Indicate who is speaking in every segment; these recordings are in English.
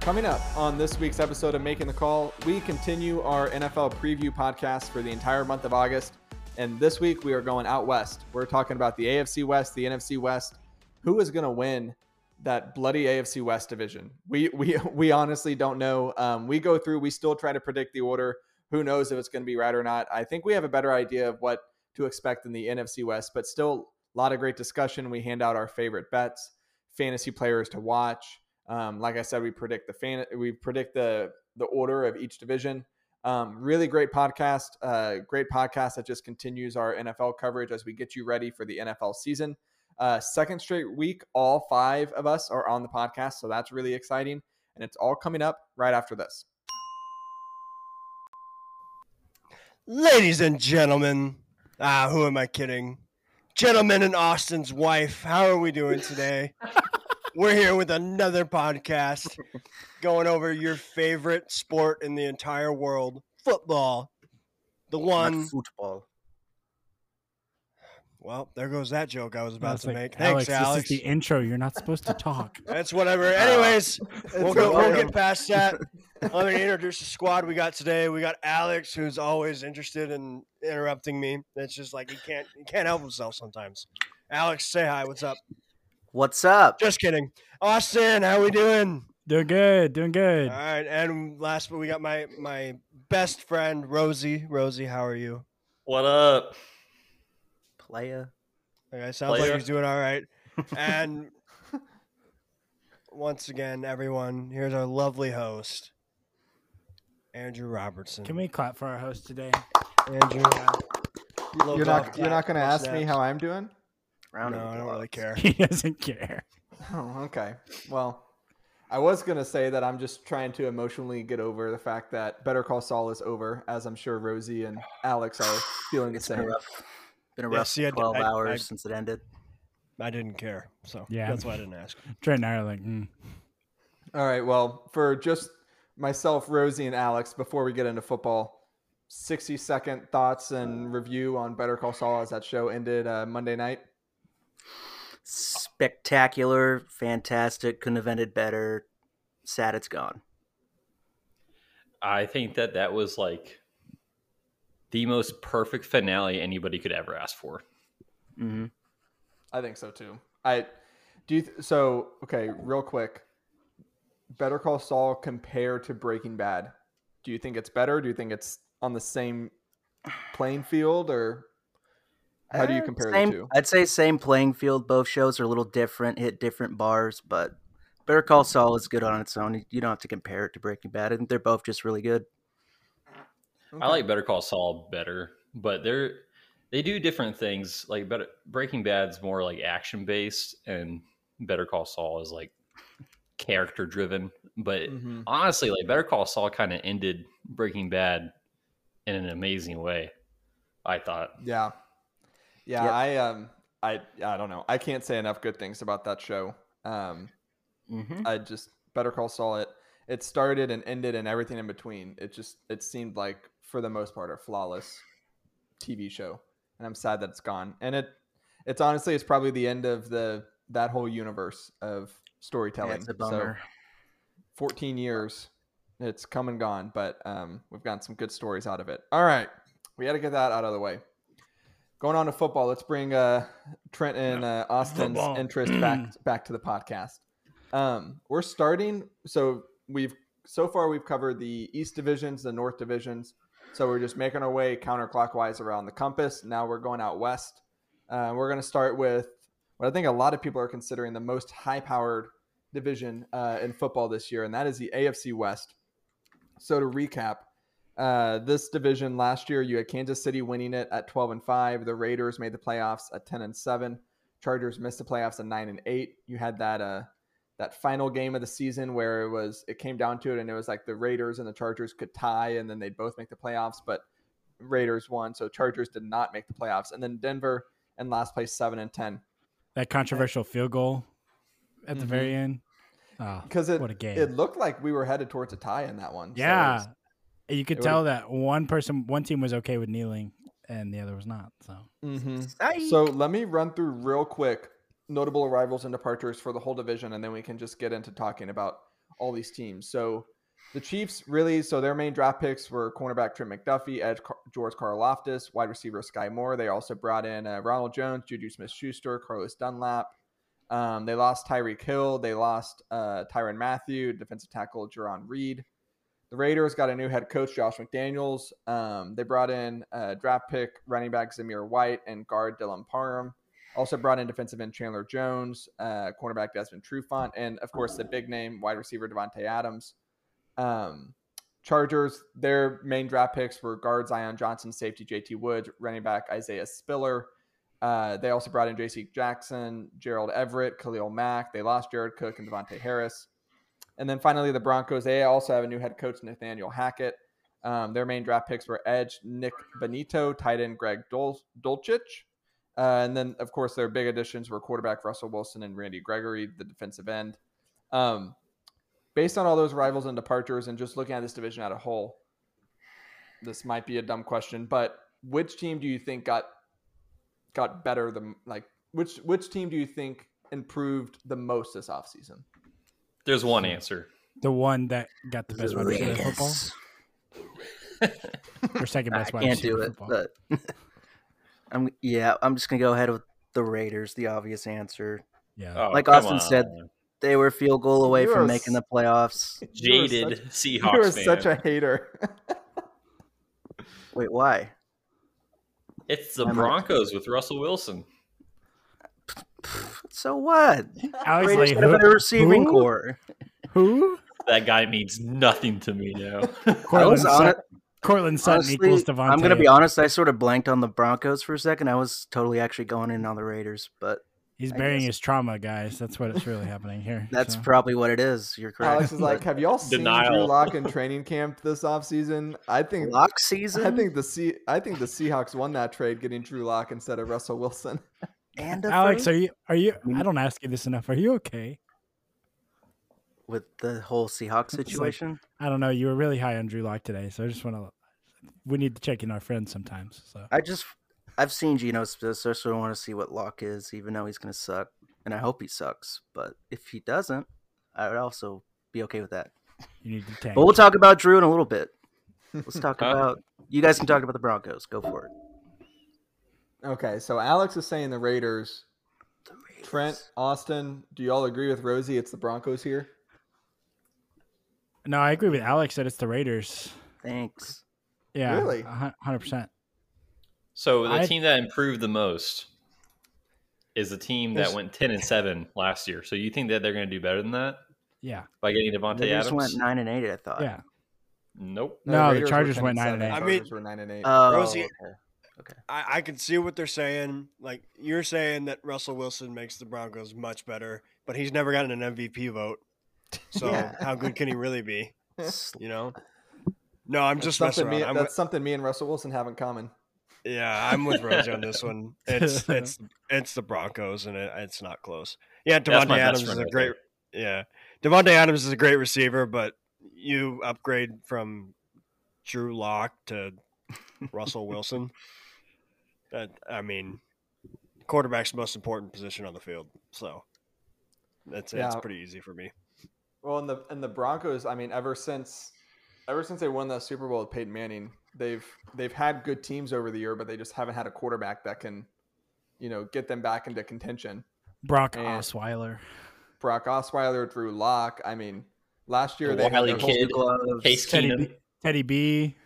Speaker 1: Coming up on this week's episode of Making the Call, we continue our NFL preview podcast for the entire month of August. And this week we are going out west. We're talking about the AFC West, the NFC West. Who is going to win that bloody AFC West division? We we we honestly don't know. Um, we go through. We still try to predict the order. Who knows if it's going to be right or not? I think we have a better idea of what to expect in the NFC West, but still a lot of great discussion. We hand out our favorite bets, fantasy players to watch. Um, like I said, we predict the fan, we predict the the order of each division. Um, really great podcast, uh, great podcast that just continues our NFL coverage as we get you ready for the NFL season. Uh, second straight week, all five of us are on the podcast, so that's really exciting, and it's all coming up right after this.
Speaker 2: Ladies and gentlemen, ah, who am I kidding? Gentlemen and Austin's wife, how are we doing today? We're here with another podcast going over your favorite sport in the entire world football. The one.
Speaker 3: Not football.
Speaker 2: Well, there goes that joke I was
Speaker 4: No,
Speaker 2: about
Speaker 4: it's
Speaker 2: to
Speaker 4: like,
Speaker 2: make. Thanks, Alex.
Speaker 4: This is the intro. You're not supposed to talk.
Speaker 2: That's whatever. Anyways, we'll,
Speaker 3: It's
Speaker 2: go, we'll
Speaker 3: welcome.
Speaker 2: get past that. Let me introduce the squad we got today. We got Alex, who's always interested in interrupting me. That's just like he can't he can't help himself sometimes. Alex, say hi. What's up?
Speaker 3: What's up?
Speaker 2: Just kidding. Austin, how we doing?
Speaker 4: doing good. Doing
Speaker 2: All
Speaker 4: good.
Speaker 2: right. And last, but we got my my best friend Rosie. Rosie, how are you?
Speaker 5: What up?
Speaker 3: Player.
Speaker 2: Okay, sounds like
Speaker 5: Player.
Speaker 2: he's doing all right. And once again, everyone, here's our lovely host, Andrew Robertson.
Speaker 4: Can we clap for our host today?
Speaker 2: Andrew.
Speaker 1: You're
Speaker 2: Little golf
Speaker 1: not you're not going
Speaker 2: clap,
Speaker 1: to
Speaker 2: little
Speaker 1: ask me
Speaker 2: snaps.
Speaker 1: how I'm doing.
Speaker 3: Round
Speaker 2: No, I don't really care.
Speaker 4: He doesn't care.
Speaker 1: Oh, okay. Well, I was going to say that I'm just trying to emotionally get over the fact that Better Call Saul is over, as I'm sure Rosie and Alex are feeling the
Speaker 3: Been a
Speaker 1: same.
Speaker 3: rough, been a
Speaker 2: Yeah,
Speaker 3: rough
Speaker 2: see, I d-
Speaker 3: 12
Speaker 2: I- I-
Speaker 3: hours since it ended.
Speaker 2: I didn't care, so
Speaker 4: Yeah.
Speaker 2: that's why I didn't ask.
Speaker 4: Trent and I are like, mm.
Speaker 1: All right. Well, for just myself, Rosie, and Alex, before we get into football, 60 second thoughts and review on Better Call Saul as that show ended uh, Monday night.
Speaker 3: Spectacular, fantastic, couldn't have ended better. Sad it's gone.
Speaker 5: I think that that was like the most perfect finale anybody could ever ask for.
Speaker 3: hmm
Speaker 1: I think so too. I do. You th- so, okay, real quick Better Call Saul compared to Breaking Bad. Do you think it's better? Do you think it's on the same playing field or how
Speaker 2: Uh,
Speaker 1: do you compare
Speaker 3: Uh, same,
Speaker 1: the two?
Speaker 3: I'd say same playing field. Both shows are a little different, hit different bars, but Better Call Saul is good on its own. You- You don't have to compare it to Breaking Bad. I think they're both just really good.
Speaker 5: I like Better Call Saul better, but they're they do different things. Like better Breaking Bad's more like action based, and Better Call Saul is like character driven. But
Speaker 1: Mhm.
Speaker 5: honestly, like Better Call Saul kind of ended Breaking Bad in an amazing way. I thought
Speaker 1: Yeah. Yeah,
Speaker 3: Yep.
Speaker 1: I um I I don't know. I can't say enough good things about that show. Um
Speaker 2: Mm-hmm.
Speaker 3: hmm
Speaker 1: I just Better Call Saul it it started and ended and everything in between. It just it seemed like for the most part a flawless TV show. And I'm sad that it's gone. And it it's honestly it's probably the end of the that whole universe of storytelling.
Speaker 3: it's a
Speaker 1: So,
Speaker 3: bummer.
Speaker 1: 14 years. It's come and gone, but um, we've gotten some good stories out of it. All right. We got to get that out of the way. Going on to football, let's bring uh, Trent and uh, Austin's
Speaker 4: Football.
Speaker 1: interest back back to the podcast. Um, we're starting. So we've so far we've covered the East divisions, the North divisions. So we're just making our way counterclockwise around the compass. Now we're going out west. Uh, we're going to start with what I think a lot of people are considering the most high-powered division uh, in football this year, and that is the AFC West. So to recap, uh, this division last year, you had Kansas City winning it at 12 and five. The Raiders made the playoffs at 10 and seven. Chargers missed the playoffs at nine and eight. You had that uh, that final game of the season where it was it came down to it, and it was like the Raiders and the Chargers could tie, and then they'd both make the playoffs, but Raiders won, so Chargers did not make the playoffs. And then Denver and last place seven and ten.
Speaker 4: that controversial field goal at the
Speaker 1: Mhm.
Speaker 4: very
Speaker 3: Mm-hmm.
Speaker 4: end. Oh,
Speaker 1: because it
Speaker 4: what a game.
Speaker 1: it looked like we were headed towards a tie in that one. so
Speaker 4: yeah.
Speaker 1: it's-
Speaker 4: And you could
Speaker 1: it
Speaker 4: tell that one person, one team was okay with kneeling and the other was not. So
Speaker 1: Mhm.
Speaker 3: Psych.
Speaker 1: So let me run through real quick notable arrivals and departures for the whole division, and then we can just get into talking about all these teams. So the Chiefs really, so their main draft picks were cornerback Trent McDuffie, edge Car- George Karloftis, wide receiver Sky Moore. They also brought in uh, Ronald Jones, Juju Smith-Schuster, Carlos Dunlap. Um, they lost Tyreek Hill. They lost uh, Tyron Matthew, defensive tackle Jerron Reed. The Raiders got a new head coach, Josh McDaniels. Um, they brought in uh, draft pick running back Zamir White and guard Dylan Parham. Also brought in defensive end Chandler Jones, uh, cornerback Desmond Trufant, and of course the big name wide receiver Devontae Adams. Um, Chargers, their main draft picks were guard Zion Johnson, safety JT Woods, running back Isaiah Spiller. Uh, they also brought in J.C. Jackson, Gerald Everett, Khalil Mack. They lost Jared Cook and Devontae Harris. And then finally, the Broncos. They also have a new head coach, Nathaniel Hackett. Um, their main draft picks were edge Nick Benito, tight end Greg Dol- Dolchich. Uh, and then, of course, their big additions were quarterback Russell Wilson and Randy Gregory, the defensive end. Um, based on all those arrivals and departures, and just looking at this division as a whole, this might be a dumb question, but which team do you think got got better the like which which team do you think improved the most this offseason?
Speaker 5: There's one answer.
Speaker 4: The one that got the best wide receiver in football,
Speaker 3: Raiders.
Speaker 4: or second
Speaker 3: I
Speaker 4: best wide
Speaker 3: can't
Speaker 4: receiver
Speaker 3: do
Speaker 4: in
Speaker 3: it,
Speaker 4: football.
Speaker 3: but I'm yeah. I'm just gonna go ahead with the Raiders. The obvious answer.
Speaker 4: yeah,
Speaker 2: Uh,
Speaker 5: Oh,
Speaker 3: Like
Speaker 5: come
Speaker 3: Austin said, They were a field goal away
Speaker 1: You are
Speaker 3: from making the playoffs.
Speaker 1: You are
Speaker 5: jaded
Speaker 1: such-
Speaker 5: Seahawks
Speaker 1: You are
Speaker 5: fan.
Speaker 1: such a hater.
Speaker 3: Wait, why?
Speaker 5: It's the
Speaker 3: I'm-
Speaker 5: Broncos with Russell Wilson.
Speaker 3: So what?
Speaker 4: Alex
Speaker 3: Raiders
Speaker 4: Lee,
Speaker 3: have a
Speaker 4: who,
Speaker 3: better receiving
Speaker 4: who?
Speaker 3: core.
Speaker 4: who?
Speaker 5: That guy means nothing to me now.
Speaker 3: I
Speaker 4: Cortland,
Speaker 3: was
Speaker 4: Sut-
Speaker 3: hon-
Speaker 4: Cortland Sutton
Speaker 3: honestly,
Speaker 4: equals Devontae.
Speaker 3: I'm gonna be honest. I sort of blanked on the Broncos for a second. I was totally actually going in on the Raiders, but
Speaker 4: He's
Speaker 3: I
Speaker 4: burying
Speaker 3: guess.
Speaker 4: his trauma, guys. That's what it's really happening here.
Speaker 3: that's
Speaker 4: so.
Speaker 3: probably what it is. You're correct.
Speaker 1: Alex is like, have y'all seen Drew
Speaker 5: Denial.
Speaker 1: Lock in training camp this offseason? I think
Speaker 3: lock season
Speaker 1: I think the C I think the Seahawks won that trade getting Drew Lock instead of Russell Wilson.
Speaker 3: and a
Speaker 4: Alex,
Speaker 3: first
Speaker 4: are you? Are you?
Speaker 3: mean-
Speaker 4: I don't ask you this enough. Are you okay?
Speaker 3: with the whole Seahawks
Speaker 4: like-
Speaker 3: situation.
Speaker 4: I don't know. You were really high on Drew Lock today, so I just want to. We need to check in our friends sometimes. So
Speaker 3: I just I've seen Geno Smith, so I sort of want to see what Locke is, even though he's gonna suck, and I hope he sucks. But if he doesn't, I would also be okay with that.
Speaker 4: you need to tank.
Speaker 3: But we'll talk about Drew in a little bit. Let's talk
Speaker 5: Huh?
Speaker 3: about you guys can talk about the Broncos. Go for it.
Speaker 1: Okay, so Alex is saying the Raiders. Trent, Austin, do y'all agree with Rosie? It's the Broncos here.
Speaker 4: no, I agree with Alex that it's the Raiders.
Speaker 3: Thanks.
Speaker 4: Yeah,
Speaker 1: Really?
Speaker 4: hundred percent.
Speaker 5: so the
Speaker 4: I-
Speaker 5: team that improved the most is the team that
Speaker 4: There's-
Speaker 5: went ten and seven last year. So you think that they're going to do better than that
Speaker 4: Yeah,
Speaker 5: by getting Devontae
Speaker 3: They just
Speaker 5: Adams?
Speaker 3: went nine and eight. I
Speaker 1: Uh,
Speaker 3: thought.
Speaker 4: yeah.
Speaker 5: Nope.
Speaker 4: No, the
Speaker 1: Raiders were
Speaker 4: Chargers
Speaker 1: 10
Speaker 4: went 9
Speaker 1: 7.
Speaker 4: and
Speaker 2: eight. I mean-
Speaker 1: Chargers were nine and eight.
Speaker 3: Oh,
Speaker 2: Rosie-
Speaker 3: okay.
Speaker 2: I, I can see what they're saying. Like you're saying that Russell Wilson makes the Broncos much better, but he's never gotten an MVP vote. So
Speaker 3: Yeah.
Speaker 2: how good can he really be?
Speaker 3: S-
Speaker 2: You know? No, I'm
Speaker 1: That's
Speaker 2: just messing
Speaker 1: something me,
Speaker 2: around. I'm,
Speaker 1: that's something me and Russell Wilson have in common.
Speaker 2: yeah, I'm with Rosie on this one. It's it's it's the Broncos, and it, it's not close. Yeah,
Speaker 5: That's
Speaker 2: Devontae
Speaker 5: my best
Speaker 2: Adams is
Speaker 5: friend
Speaker 2: a
Speaker 5: right
Speaker 2: great. Yeah, Devontae Adams is a great receiver, but you upgrade from Drew Lock to Russell Wilson. That I mean, quarterback's the most important position on the field, so that's it's
Speaker 1: Yeah.
Speaker 2: pretty easy for me.
Speaker 1: Well, and the and the Broncos, I mean, ever since ever since they won that Super Bowl with Peyton Manning, they've they've had good teams over the year, but they just haven't had a quarterback that can, you know, get them back into contention.
Speaker 4: Brock
Speaker 1: And-
Speaker 4: Osweiler.
Speaker 1: Brock Osweiler, Drew Lock. I mean, last year
Speaker 5: The
Speaker 1: they had
Speaker 5: Wily
Speaker 1: their whole-
Speaker 5: Kid.
Speaker 3: gloves.
Speaker 5: Case
Speaker 4: Teddy
Speaker 5: Keenum.
Speaker 4: B- Teddy B.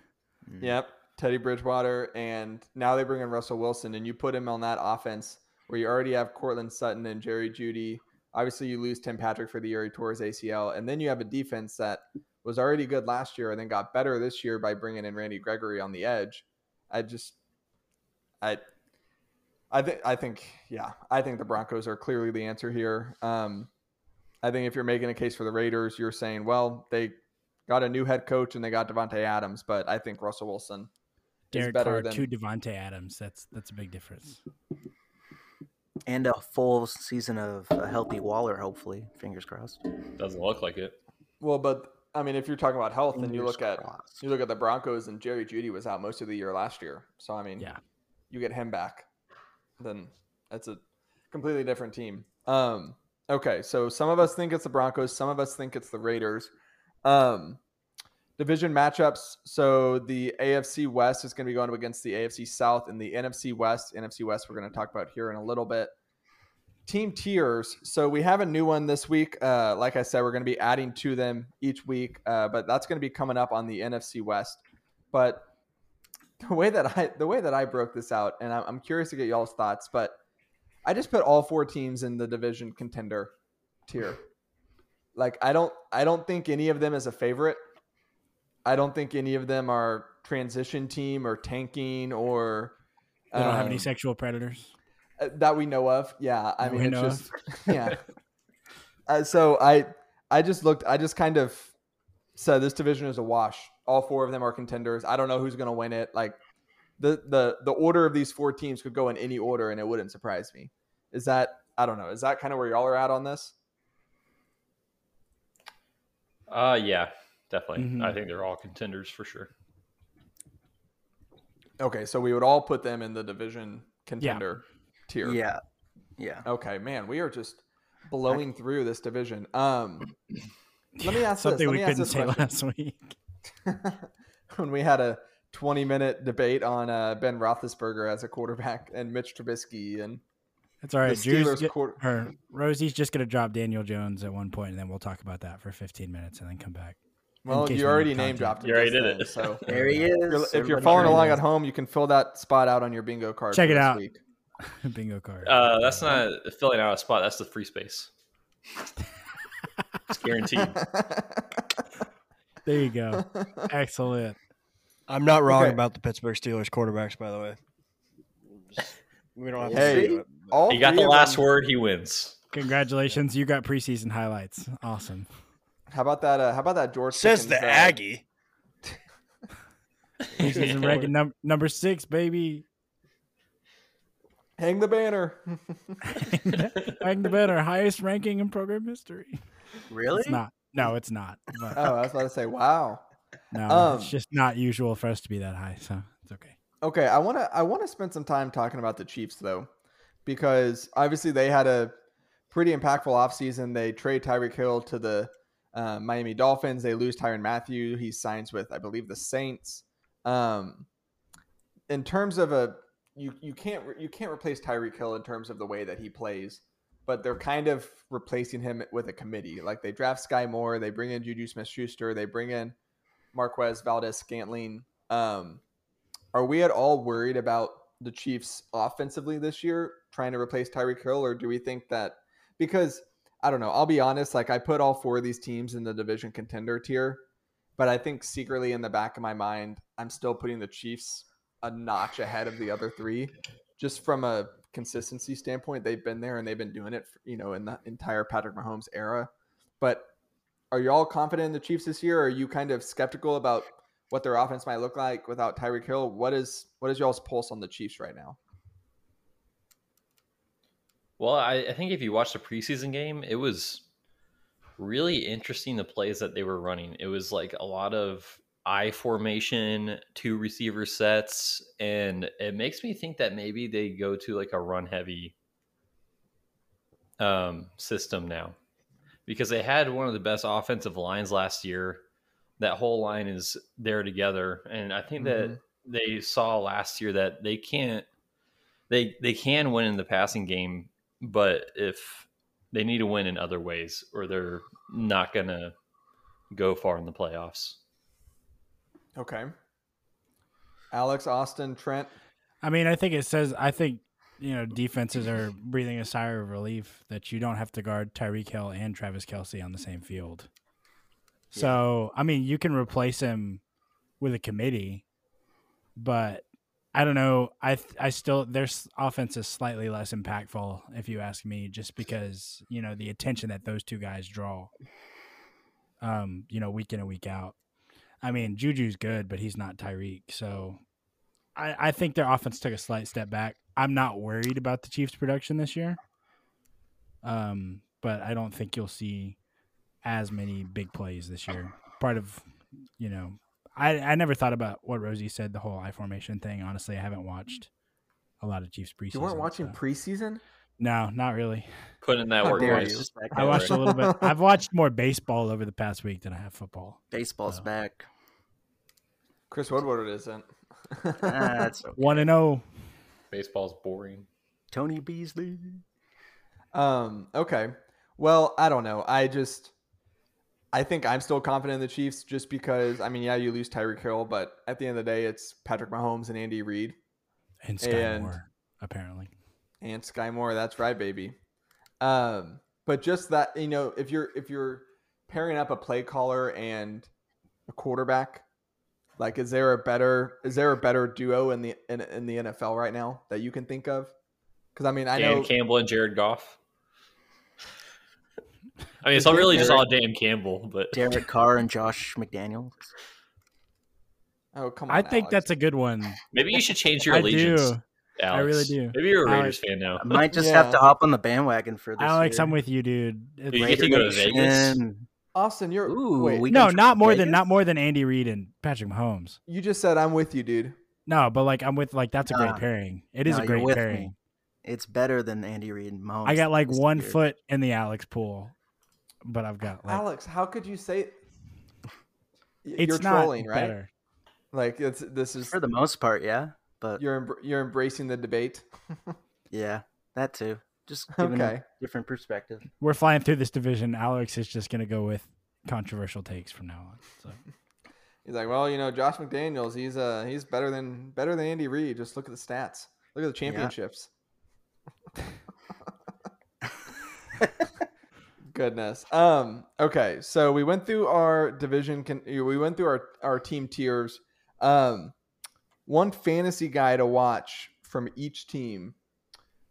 Speaker 1: Yep, Teddy Bridgewater, and now they bring in Russell Wilson, and you put him on that offense where you already have Cortland Sutton and Jerry Judy. Obviously, you lose Tim Patrick for the year he tore his ACL, and then you have a defense that was already good last year and then got better this year by bringing in Randy Gregory on the edge. I just, I, I think, I think, yeah, I think the Broncos are clearly the answer here. Um, I think if you're making a case for the Raiders, you're saying, well, they got a new head coach and they got Devontae Adams, but I think Russell Wilson is
Speaker 4: Derek
Speaker 1: better
Speaker 4: Carr
Speaker 1: than
Speaker 4: to Devonte Adams. That's that's a big difference.
Speaker 3: and a full season of a healthy Waller. Hopefully, fingers crossed.
Speaker 5: Doesn't look like it.
Speaker 1: Well, but I mean, if you're talking about health, and you
Speaker 3: Fingers
Speaker 1: look at
Speaker 3: crossed.
Speaker 1: you look at the Broncos, and Jerry Judy was out most of the year last year. So I mean,
Speaker 4: Yeah.
Speaker 1: you get him back, then that's a completely different team. Um, Okay, so some of us think it's the Broncos, some of us think it's the Raiders. Um, division matchups. So the AFC West is going to be going up against the AFC South and the NFC West. NFC West, we're going to talk about here in a little bit. Team tiers. So we have a new one this week. Uh, like I said, we're going to be adding to them each week, uh, but that's going to be coming up on the NFC West. But the way that I the way that I broke this out, and I'm, I'm curious to get y'all's thoughts, but I just put all four teams in the division contender tier. Like I don't I don't think any of them is a favorite. I don't think any of them are transition team or tanking or
Speaker 4: They don't have any
Speaker 1: um,
Speaker 4: sexual predators.
Speaker 1: uh, that we know of. Yeah, I
Speaker 4: That
Speaker 1: mean,
Speaker 4: we
Speaker 1: it's
Speaker 4: know
Speaker 1: just yeah. Uh, so I I just looked. I just kind of said this division is a wash. All four of them are contenders. I don't know who's going to win it. Like the the the order of these four teams could go in any order, and it wouldn't surprise me. Is that I don't know. Is that kind of where y'all are at on this?
Speaker 5: Uh, yeah, definitely.
Speaker 4: Mhm.
Speaker 5: I think they're all contenders for sure.
Speaker 1: Okay, so we would all put them in the division contender tier.
Speaker 3: Yeah, yeah.
Speaker 1: Okay, man, we are just blowing through this division. Um, Let me ask this,
Speaker 4: something
Speaker 1: let
Speaker 4: we
Speaker 1: me ask
Speaker 4: couldn't
Speaker 1: this
Speaker 4: say
Speaker 1: question.
Speaker 4: last week.
Speaker 1: when we had a 20 minute debate on uh, Ben Roethlisberger as a quarterback and Mitch Trubisky and
Speaker 4: That's all right.
Speaker 1: the
Speaker 4: Drew's
Speaker 1: Steelers
Speaker 4: ju-
Speaker 1: quarter-
Speaker 4: or Rosie's just going to drop Daniel Jones at one point, and then we'll talk about that for 15 minutes, and then come back. in
Speaker 1: well,
Speaker 4: case
Speaker 1: you
Speaker 4: we need
Speaker 1: already
Speaker 4: content.
Speaker 1: name dropped him.
Speaker 5: You already
Speaker 1: just
Speaker 5: did
Speaker 1: then,
Speaker 5: it.
Speaker 1: So
Speaker 3: There he is.
Speaker 1: if you're- if you're
Speaker 3: Everybody
Speaker 1: following
Speaker 3: heard
Speaker 1: along
Speaker 3: him.
Speaker 1: at home, you can fill that spot out on your bingo card.
Speaker 4: Check
Speaker 1: for
Speaker 4: it
Speaker 1: this
Speaker 4: out.
Speaker 1: week.
Speaker 4: Bingo card.
Speaker 5: Uh, that's not filling out a spot. That's the free space. It's guaranteed.
Speaker 4: there you go. Excellent.
Speaker 2: I'm not wrong
Speaker 1: Okay.
Speaker 2: about the Pittsburgh Steelers quarterbacks, by the way. We don't have to
Speaker 1: Hey.
Speaker 2: do it.
Speaker 1: All
Speaker 5: He got
Speaker 1: three
Speaker 5: the
Speaker 1: of
Speaker 5: last
Speaker 1: them-
Speaker 5: word. He wins.
Speaker 4: Congratulations, you got preseason highlights. Awesome.
Speaker 1: How about that? Uh, how about that George
Speaker 2: Says
Speaker 1: Pickens,
Speaker 2: the
Speaker 1: uh,
Speaker 2: Aggie.
Speaker 4: Preseason ranking num- number six, baby.
Speaker 1: Hang the banner.
Speaker 4: Rank the better, highest ranking in program history.
Speaker 3: Really? Uh,
Speaker 4: It's not. No, it's not. But
Speaker 1: oh, I was about to say, wow.
Speaker 4: no,
Speaker 1: Um,
Speaker 4: it's just not usual for us to be that high, so it's okay.
Speaker 1: Okay, I want to I want to spend some time talking about the Chiefs though, because obviously they had a pretty impactful offseason. They trade Tyreek Hill to the uh, Miami Dolphins. They lose Tyron Matthew. He signs with I believe the Saints. Um, in terms of a you you can't re- you can't replace Tyreek Hill in terms of the way that he plays, but they're kind of replacing him with a committee. Like they draft Sky Moore, they bring in Juju Smith Schuster, they bring in Marquez Valdez Scantling. Um, are we at all worried about the Chiefs offensively this year trying to replace Tyreek Hill, or do we think that because I don't know, I'll be honest, like I put all four of these teams in the division contender tier, but I think secretly in the back of my mind, I'm still putting the Chiefs a notch ahead of the other three, just from a consistency standpoint. They've been there and they've been doing it, you know, in the entire Patrick Mahomes era. But are you all confident in the Chiefs this year? Or are you kind of skeptical about what their offense might look like without Tyreek Hill? What is what is y'all's pulse on the Chiefs right now?
Speaker 5: Well, I, I think if you watch the preseason game, it was really interesting the plays that they were running. It was like a lot of I formation, two receiver sets, and it makes me think that maybe they go to like a run heavy um, system now because they had one of the best offensive lines last year. That whole line is there together, and I think that they saw last year that they can't they they can win in the passing game, but if they need to win in other ways, or they're not gonna go far in the playoffs.
Speaker 1: Okay. Alex, Austin, Trent.
Speaker 4: I mean, I think it says. I think you know defenses are breathing a sigh of relief that you don't have to guard Tyreek Hill and Travis Kelsey on the same field. So I mean, you can replace him with a committee, but I don't know. I th- I still their s- offense is slightly less impactful if you ask me, just because you know the attention that those two guys draw. Um, you know, week in and week out. I mean, Juju's good, but he's not Tyreek, so I, I think their offense took a slight step back. I'm not worried about the Chiefs' production this year, um, but I don't think you'll see as many big plays this year. Part of, you know, I, I never thought about what Rosie said, the whole I formation thing. Honestly, I haven't watched a lot of Chiefs preseason.
Speaker 1: You weren't watching
Speaker 4: so-
Speaker 1: preseason?
Speaker 4: No, not really.
Speaker 5: Putting in that
Speaker 1: How
Speaker 5: work.
Speaker 1: dare
Speaker 5: guys.
Speaker 1: you.
Speaker 5: Just-
Speaker 3: Back
Speaker 4: I
Speaker 3: at
Speaker 4: watched
Speaker 3: it.
Speaker 4: a little bit. I've watched more baseball over the past week than I have football.
Speaker 3: Baseball's
Speaker 4: Oh.
Speaker 3: back.
Speaker 1: Chris Woodward isn't.
Speaker 3: Ah, it's okay.
Speaker 4: One and oh zero.
Speaker 5: Baseball's boring.
Speaker 3: Tony Beasley.
Speaker 1: Um, okay. Well, I don't know. I just I think I'm still confident in the Chiefs just because I mean, yeah, you lose Tyreek Hill, but at the end of the day it's Patrick Mahomes and Andy Reid
Speaker 4: And Sky
Speaker 1: And-
Speaker 4: Moore, apparently.
Speaker 1: and Sky Moore. That's right, baby. Um, but just that, you know, if you're if you're pairing up a play caller and a quarterback, like is there a better is there a better duo in the in, in the NFL right now that you can think of? Because I mean, I
Speaker 5: Dan
Speaker 1: know
Speaker 5: Campbell and Jared Goff. I mean, it's all really just all Dan Campbell, but
Speaker 3: Derek Carr and Josh McDaniels.
Speaker 1: Oh come on!
Speaker 4: I think
Speaker 1: Alex.
Speaker 4: that's a good one.
Speaker 5: maybe you should change your
Speaker 4: I
Speaker 5: allegiance.
Speaker 4: do. I really
Speaker 5: Alex.
Speaker 4: do.
Speaker 5: Maybe you're a
Speaker 4: Alex.
Speaker 5: Raiders fan now.
Speaker 3: I might just
Speaker 1: Yeah.
Speaker 3: have to hop on the bandwagon for this.
Speaker 4: Alex,
Speaker 3: year.
Speaker 4: I'm with you, dude. It's-
Speaker 5: Dude, you get to go to Vegas.
Speaker 3: Nation.
Speaker 1: Austin. You're
Speaker 3: Ooh,
Speaker 1: wait.
Speaker 3: we
Speaker 4: no,
Speaker 3: can-
Speaker 4: not more than
Speaker 3: Vegas?
Speaker 4: not more than Andy Reid and Patrick Mahomes.
Speaker 1: You just said I'm with you, dude.
Speaker 4: No, but like I'm with like that's a great
Speaker 3: Nah.
Speaker 4: pairing. It is
Speaker 3: Nah, you're
Speaker 4: a great
Speaker 3: with me.
Speaker 4: pairing.
Speaker 3: It's better than Andy Reid and Mahomes.
Speaker 4: I got like
Speaker 3: this
Speaker 4: one
Speaker 3: year.
Speaker 4: foot in the Alex pool, but I've got like
Speaker 1: Alex, how could you say? Y-
Speaker 4: it's
Speaker 1: you're
Speaker 4: not
Speaker 1: trolling, right?
Speaker 4: better.
Speaker 1: Like it's this is
Speaker 3: for the most part, yeah. But
Speaker 1: you're embr you're embracing the debate.
Speaker 3: yeah, that too. Just giving
Speaker 1: okay,
Speaker 3: a different perspective.
Speaker 4: We're flying through this division. Alex is just gonna go with controversial takes from now on. So
Speaker 1: he's like, well, you know, Josh McDaniels, he's uh he's better than better than Andy Reid. Just look at the stats. Look at the championships. Goodness. Um. Okay. So we went through our division. Con- we went through our our team tiers. Um, one fantasy guy to watch from each team.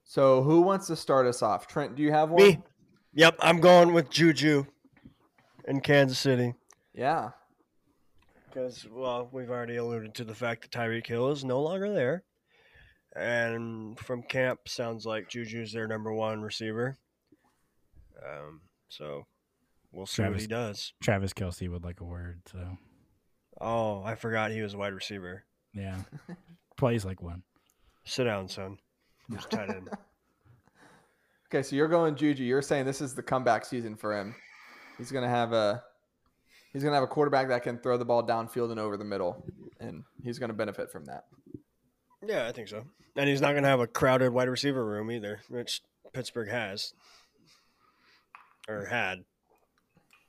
Speaker 1: So who wants to start us off? Trent, do you have one?
Speaker 2: Me. Yep, I'm going with Juju in Kansas City.
Speaker 1: Yeah.
Speaker 2: Because, well, we've already alluded to the fact that Tyreek Hill is no longer there. And from camp, sounds like Juju's their number one receiver. Um, so we'll see what
Speaker 4: Travis-
Speaker 2: he does.
Speaker 4: Travis Kelsey would like a word. So
Speaker 2: Oh, I forgot he was a wide receiver.
Speaker 4: yeah, plays like one.
Speaker 2: Sit down, son. Just tight end.
Speaker 1: Okay. So you're going Juju. You're saying this is the comeback season for him. He's gonna have a. He's gonna have a quarterback that can throw the ball downfield and over the middle, and he's gonna benefit from that.
Speaker 2: Yeah, I think so. And he's not going to have a crowded wide receiver room either, which Pittsburgh has. Or had.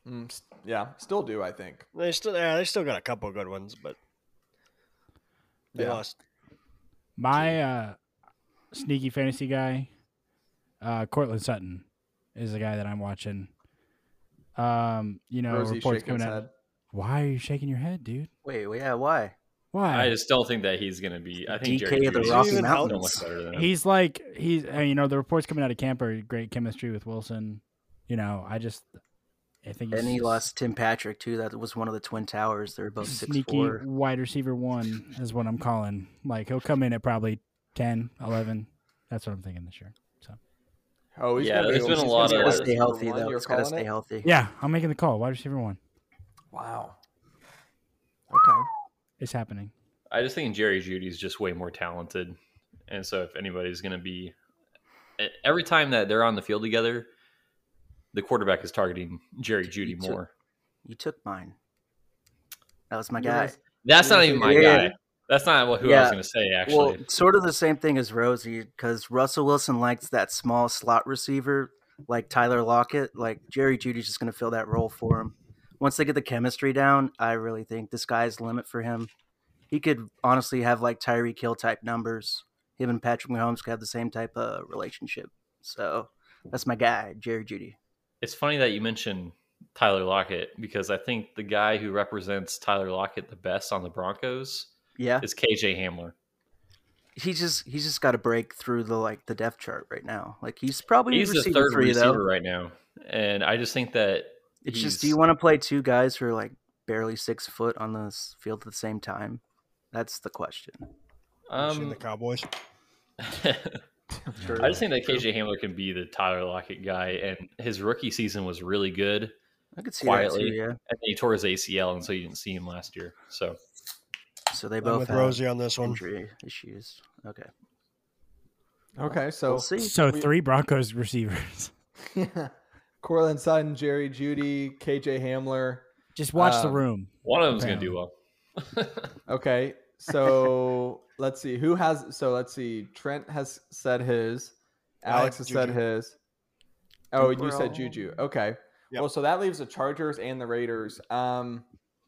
Speaker 1: Mm, s- yeah, still do I think.
Speaker 2: They still, yeah, they still got a couple good ones, but they
Speaker 1: Yeah.
Speaker 2: lost.
Speaker 4: My uh, sneaky fantasy guy, uh, Cortland Sutton, is the guy that I'm watching. Um, you know,
Speaker 1: Rosie
Speaker 4: reports
Speaker 1: shaking
Speaker 4: coming
Speaker 1: his
Speaker 4: out.
Speaker 1: head.
Speaker 4: Why are you shaking your head, dude?
Speaker 3: Wait, well, yeah, why?
Speaker 5: I
Speaker 4: Why?
Speaker 5: just don't think that he's going to be. I think
Speaker 3: DK
Speaker 5: Jared
Speaker 3: of the
Speaker 5: Goff is
Speaker 2: Rocky
Speaker 5: so
Speaker 3: Mountains.
Speaker 5: much better than him.
Speaker 4: he's like he's uh, you know the reports coming out of camp are great chemistry with Wilson. You know, I just I think he's
Speaker 3: And he
Speaker 4: just
Speaker 3: lost Tim Patrick too. That was one of the twin towers. They were both six
Speaker 4: sneaky
Speaker 3: four.
Speaker 4: wide receiver one is what I'm calling. Like he'll come in at probably 10, 11. That's what I'm thinking this year.
Speaker 1: Oh, he's
Speaker 5: Yeah,
Speaker 1: gonna be
Speaker 5: there's been a
Speaker 1: he's
Speaker 5: lot
Speaker 1: gonna be wide
Speaker 3: He's gotta
Speaker 5: of-
Speaker 3: stay
Speaker 1: receiver
Speaker 3: healthy
Speaker 1: one,
Speaker 3: though.
Speaker 1: you're
Speaker 3: He's gotta
Speaker 1: calling
Speaker 3: stay
Speaker 1: it?
Speaker 3: healthy.
Speaker 4: Yeah, I'm making the call. Wide receiver one.
Speaker 1: Wow. Okay.
Speaker 4: It's happening.
Speaker 5: I just think Jerry Judy's just way more talented. And so if anybody's going to be e- every time that they're on the field together, the quarterback is targeting Jerry Judy
Speaker 3: You took-
Speaker 5: more.
Speaker 3: You took mine. That was my
Speaker 1: You're
Speaker 3: guy.
Speaker 1: gonna-
Speaker 5: That's not
Speaker 1: Yeah.
Speaker 5: even my
Speaker 3: Yeah.
Speaker 5: guy. That's not what who I was
Speaker 3: Yeah.
Speaker 5: going to say actually.
Speaker 3: Well, sort of the same thing as Rosie because Russell Wilson likes that small slot receiver like Tyler Lockett. Like Jerry Judy's just going to fill that role for him. Once they get the chemistry down, I really think the sky's the limit for him. He could honestly have like Tyree Kill type numbers. Him and Patrick Mahomes could have the same type of relationship. So that's my guy, Jerry Judy.
Speaker 5: it's funny that you mentioned Tyler Lockett because I think the guy who represents Tyler Lockett the best on the Broncos
Speaker 3: Yeah,
Speaker 5: is KJ Hamler.
Speaker 3: he just he's just got to break through the like the depth chart right now. Like he's probably
Speaker 5: He's the
Speaker 3: receiver
Speaker 5: third
Speaker 3: three,
Speaker 5: receiver
Speaker 3: though.
Speaker 5: right now. And I just think that
Speaker 3: It's just, do
Speaker 5: he's-
Speaker 3: you want to play two guys who are like barely six foot on the s- field at the same time? That's the question.
Speaker 2: I've seen
Speaker 5: um,
Speaker 2: the Cowboys.
Speaker 4: Sure.
Speaker 5: I just think that KJ Hamler can be the Tyler Lockett guy, and his rookie season was really good, and
Speaker 3: I could see that
Speaker 5: Quietly.
Speaker 3: too, yeah.
Speaker 5: then he tore his ACL, and so you didn't see him last year. So
Speaker 3: So they
Speaker 2: I'm
Speaker 3: both
Speaker 2: with
Speaker 3: have
Speaker 2: Rosie on this one.
Speaker 3: injury issues. Okay.
Speaker 1: Okay, so
Speaker 3: We'll see.
Speaker 4: So
Speaker 1: We-
Speaker 4: three Broncos receivers.
Speaker 1: yeah. Corlin Sutton, Jerry Judy, KJ Hamler.
Speaker 4: Just watch the
Speaker 1: Um,
Speaker 4: room.
Speaker 5: One of them's going to
Speaker 4: Apparently.
Speaker 5: do well.
Speaker 1: Okay, so let's see who has. So let's see. Trent has said his.
Speaker 2: I
Speaker 1: Alex has
Speaker 2: had
Speaker 1: said
Speaker 2: Juju.
Speaker 1: his. Oh,
Speaker 2: We're
Speaker 1: you said
Speaker 2: all-
Speaker 1: Juju. Okay.
Speaker 2: Yep.
Speaker 1: Well, so that leaves the Chargers and the Raiders. Um,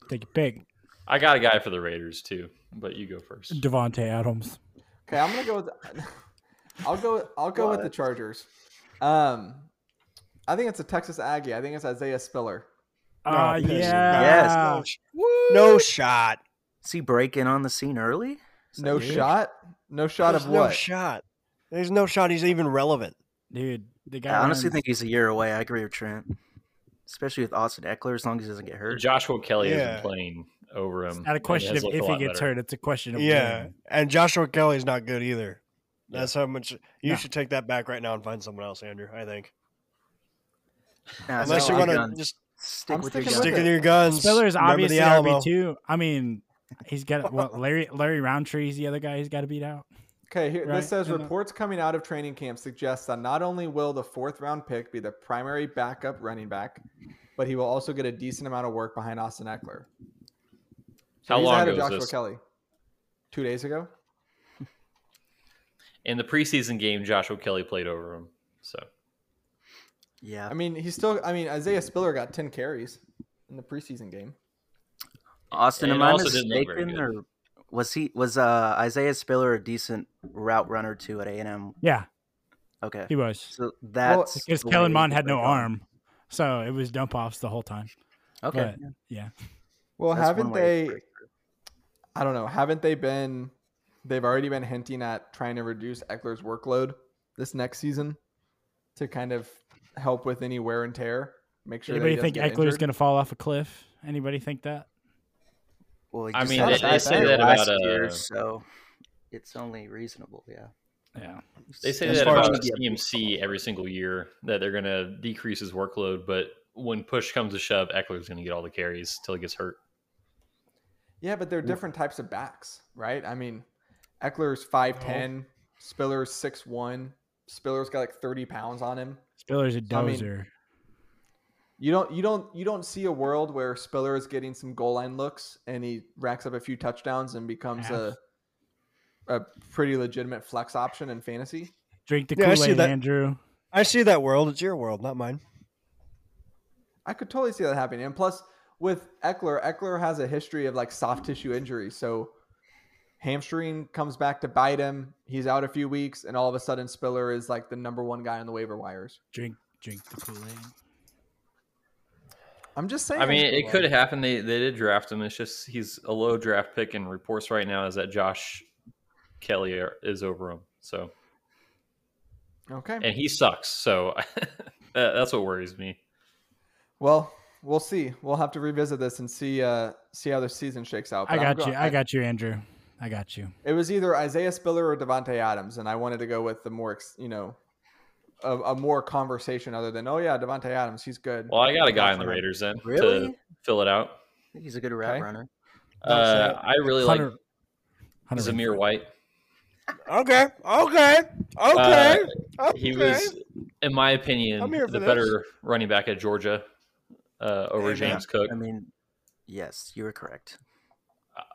Speaker 4: Take your pick.
Speaker 5: I got a guy for the Raiders too, but you go first.
Speaker 4: Devonte Adams.
Speaker 1: okay, I'm gonna go with. I'll go. I'll go with the Chargers. Um, I think it's a Texas Aggie. I think it's Isaiah Spiller.
Speaker 4: Ah,
Speaker 2: No, Oh, piss.
Speaker 3: Yes.
Speaker 4: yeah.
Speaker 2: No sh- No shot.
Speaker 3: Is he breaking on the scene early? Is
Speaker 1: No
Speaker 3: that it?
Speaker 1: shot. No shot
Speaker 2: There's
Speaker 1: of
Speaker 2: no
Speaker 1: what?
Speaker 2: shot. There's no shot he's even relevant.
Speaker 4: Dude, the guy.
Speaker 3: I honestly
Speaker 4: runs-
Speaker 3: think he's a year away. I agree with Trent, especially with Austin Eckler, as long as he doesn't get hurt.
Speaker 5: Joshua Kelly
Speaker 2: Yeah.
Speaker 5: isn't playing over him.
Speaker 4: it's not a
Speaker 5: and
Speaker 4: question
Speaker 5: has
Speaker 4: of
Speaker 5: looked a
Speaker 4: if he
Speaker 5: lot
Speaker 4: gets
Speaker 5: better.
Speaker 4: hurt. It's a question of
Speaker 2: Yeah.
Speaker 4: when.
Speaker 2: And Joshua Kelly's not good either.
Speaker 5: Yeah.
Speaker 2: That's how much you
Speaker 4: No.
Speaker 2: should take that back right now and find someone else, Andrew. I think.
Speaker 3: Nah,
Speaker 2: Unless
Speaker 3: stick
Speaker 2: you
Speaker 3: with
Speaker 2: want
Speaker 3: your
Speaker 2: to
Speaker 3: guns.
Speaker 2: just
Speaker 3: stick
Speaker 1: I'm
Speaker 3: with your
Speaker 1: sticking
Speaker 3: guns.
Speaker 1: with
Speaker 2: stick
Speaker 1: it.
Speaker 2: in your guns.
Speaker 4: Spiller is
Speaker 2: Remember
Speaker 4: obviously
Speaker 2: the Alamo.
Speaker 4: RB two. I mean, he's got what Larry Larry Roundtree's the other guy he's got to beat out.
Speaker 1: Okay, here
Speaker 4: right?
Speaker 1: this says
Speaker 4: And the-
Speaker 1: reports coming out of training camp suggest that not only will the fourth round pick be the primary backup running back, but he will also get a decent amount of work behind Austin Eckler. So
Speaker 5: How
Speaker 1: he's
Speaker 5: long
Speaker 1: ahead
Speaker 5: ago
Speaker 1: of
Speaker 5: was
Speaker 1: Joshua
Speaker 5: this?
Speaker 1: Kelly? Two days ago.
Speaker 5: In the preseason game, Joshua Kelly played over him. So
Speaker 3: Yeah,
Speaker 1: I mean, he's still. I mean, Isaiah Spiller got ten carries in the preseason game.
Speaker 3: Austin, am
Speaker 5: and
Speaker 3: I
Speaker 5: also didn't look very
Speaker 3: mistaken, or was he was uh, Isaiah Spiller a decent route runner too at A and M?
Speaker 4: Yeah,
Speaker 3: Okay,
Speaker 4: he was
Speaker 3: so that's
Speaker 4: because
Speaker 3: the
Speaker 4: Kellen
Speaker 3: way
Speaker 4: Mond
Speaker 3: to
Speaker 4: had no
Speaker 3: go.
Speaker 4: arm, so it was dump offs the whole time.
Speaker 3: Okay,
Speaker 4: but- Yeah,
Speaker 1: Well,
Speaker 3: that's one
Speaker 1: haven't
Speaker 3: way
Speaker 1: they?
Speaker 3: to break
Speaker 1: I don't know. Haven't they been? They've already been hinting at trying to reduce Eckler's workload this next season to kind of help with any wear and tear. Make sure. that he
Speaker 4: anybody
Speaker 1: doesn't
Speaker 4: think
Speaker 1: get
Speaker 4: Eckler's
Speaker 1: injured.
Speaker 4: going to fall off a cliff? Anybody think that?
Speaker 3: Well, he
Speaker 5: I
Speaker 3: just
Speaker 5: mean,
Speaker 3: had
Speaker 1: they-
Speaker 3: a
Speaker 1: they
Speaker 3: bad
Speaker 1: say
Speaker 3: year
Speaker 1: that
Speaker 3: last
Speaker 5: about, uh,
Speaker 3: year, so it's only reasonable. Yeah,
Speaker 4: Yeah,
Speaker 5: They say
Speaker 2: As
Speaker 5: that
Speaker 2: far
Speaker 5: about
Speaker 3: as-
Speaker 5: CMC every single year that they're going to decrease his workload, but when push comes to shove, Eckler's going to get all the carries till he gets hurt.
Speaker 1: Yeah, but they're different types of backs, right? I mean, Eckler's five ten, Spiller's six one. Spiller's got like thirty pounds on him.
Speaker 4: Spiller's a
Speaker 1: I mean,
Speaker 4: dozer.
Speaker 1: You don't, you don't, you don't see a world where Spiller is getting some goal line looks and he racks up a few touchdowns and becomes a a pretty legitimate flex option in fantasy.
Speaker 4: Drink the
Speaker 2: Yeah, I see
Speaker 4: Kool Aid,
Speaker 2: that.
Speaker 4: Andrew.
Speaker 2: I see that world. It's your world, not mine.
Speaker 1: I could totally see that happening. And plus, with Eckler, Eckler has a history of like soft tissue injuries. So hamstring comes back to bite him. He's out a few weeks, and all of a sudden, Spiller is like the number one guy on the waiver wires.
Speaker 4: Drink drink the Kool Aid.
Speaker 1: I'm just saying.
Speaker 5: I mean, it could happen. They they did draft him. It's just he's a low draft pick, and reports right now is that Josh Kelly are- is over him. So
Speaker 1: Okay.
Speaker 5: and he sucks. So that, that's what worries me.
Speaker 1: Well, we'll see. We'll have to revisit this and see uh see how the season shakes out.
Speaker 4: I
Speaker 1: But I'm
Speaker 4: got
Speaker 1: go-
Speaker 4: you. I got you, Andrew. I got you.
Speaker 1: It was either Isaiah Spiller or Devonte Adams, and I wanted to go with the more ex- you know. A, a more conversation other than oh yeah Devonte Adams he's good
Speaker 5: Well, I got a guy on the
Speaker 1: Awesome.
Speaker 5: Raiders then
Speaker 3: Really?
Speaker 5: to fill it out.
Speaker 3: I think he's a good route
Speaker 1: Okay.
Speaker 3: runner.
Speaker 5: Uh, I really like
Speaker 4: Hunter- Hunter
Speaker 5: Zamir White.
Speaker 2: Okay. Okay.
Speaker 5: Uh,
Speaker 2: Okay. okay.
Speaker 5: He was, in my opinion,
Speaker 2: I'm here
Speaker 5: the
Speaker 2: for
Speaker 5: better running back at Georgia uh, over
Speaker 2: Hey, man.
Speaker 5: James Cook.
Speaker 3: I mean, yes, you were correct.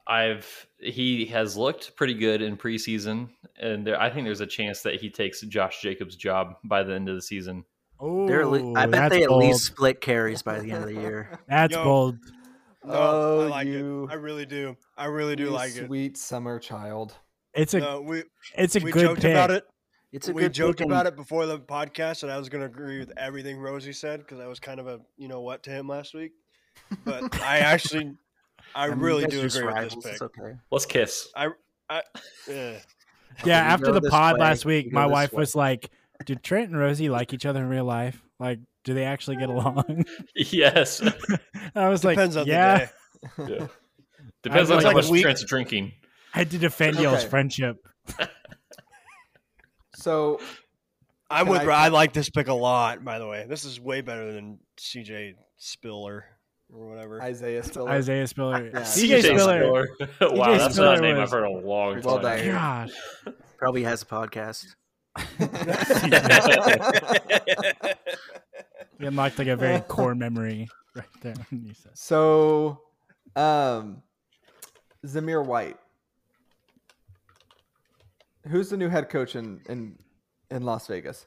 Speaker 5: I've he has looked pretty good in preseason, and there, I think there's a chance that he takes Josh Jacobs' job by the end of the season.
Speaker 4: Oh,
Speaker 3: They're at le- I bet they at least split carries by the end of the year.
Speaker 4: That's
Speaker 2: Yo.
Speaker 4: bold.
Speaker 2: No,
Speaker 1: oh
Speaker 2: I like
Speaker 1: you
Speaker 2: it. I really do. I really do
Speaker 1: You
Speaker 2: like it.
Speaker 1: Sweet summer child.
Speaker 4: It's a
Speaker 2: No, we
Speaker 4: it's a
Speaker 2: we
Speaker 4: good
Speaker 2: joked
Speaker 4: pick.
Speaker 2: about it.
Speaker 3: It's a
Speaker 2: we
Speaker 3: good
Speaker 2: joked about it before the podcast, and I was going to agree with everything Rosie said because I was kind of a you know what to him last week. But I actually, I really do agree with this
Speaker 3: It's
Speaker 2: pick.
Speaker 3: okay.
Speaker 5: Let's kiss.
Speaker 2: Yeah.
Speaker 4: Yeah,
Speaker 3: We
Speaker 4: after
Speaker 3: go
Speaker 4: the
Speaker 3: this
Speaker 4: pod
Speaker 3: way,
Speaker 4: last
Speaker 3: we
Speaker 4: week,
Speaker 3: go
Speaker 4: my
Speaker 3: this
Speaker 4: wife
Speaker 3: way.
Speaker 4: was like, "Do Trent and Rosie like each other in real life? Like, do they actually get along?"
Speaker 5: Yes,
Speaker 4: I was
Speaker 2: Depends
Speaker 4: like,
Speaker 2: on
Speaker 4: "Yeah."
Speaker 2: the day.
Speaker 5: Yeah. depends
Speaker 4: I
Speaker 5: on
Speaker 4: was
Speaker 5: how
Speaker 4: like,
Speaker 5: much
Speaker 2: we-
Speaker 5: Trent's drinking.
Speaker 4: I had to defend y'all's
Speaker 1: Okay.
Speaker 4: friendship.
Speaker 1: So
Speaker 2: I'm
Speaker 1: Can
Speaker 2: with.
Speaker 1: I-
Speaker 2: Ro- I, like this pick a lot. By the way, this is way better than CJ Spiller or whatever.
Speaker 1: Isaiah Spiller.
Speaker 4: Isaiah Spiller,
Speaker 1: Yeah.
Speaker 4: CJ Spiller.
Speaker 5: wow, that's not
Speaker 4: Spiller
Speaker 5: a name
Speaker 4: was-
Speaker 5: I've heard in a long
Speaker 1: Well
Speaker 5: time.
Speaker 1: done.
Speaker 4: Gosh,
Speaker 3: Probably has a podcast.
Speaker 4: You unlocked like a very core memory right there. when you said-
Speaker 1: so, um, Zamir White. Who's the new head coach in in, in Las Vegas?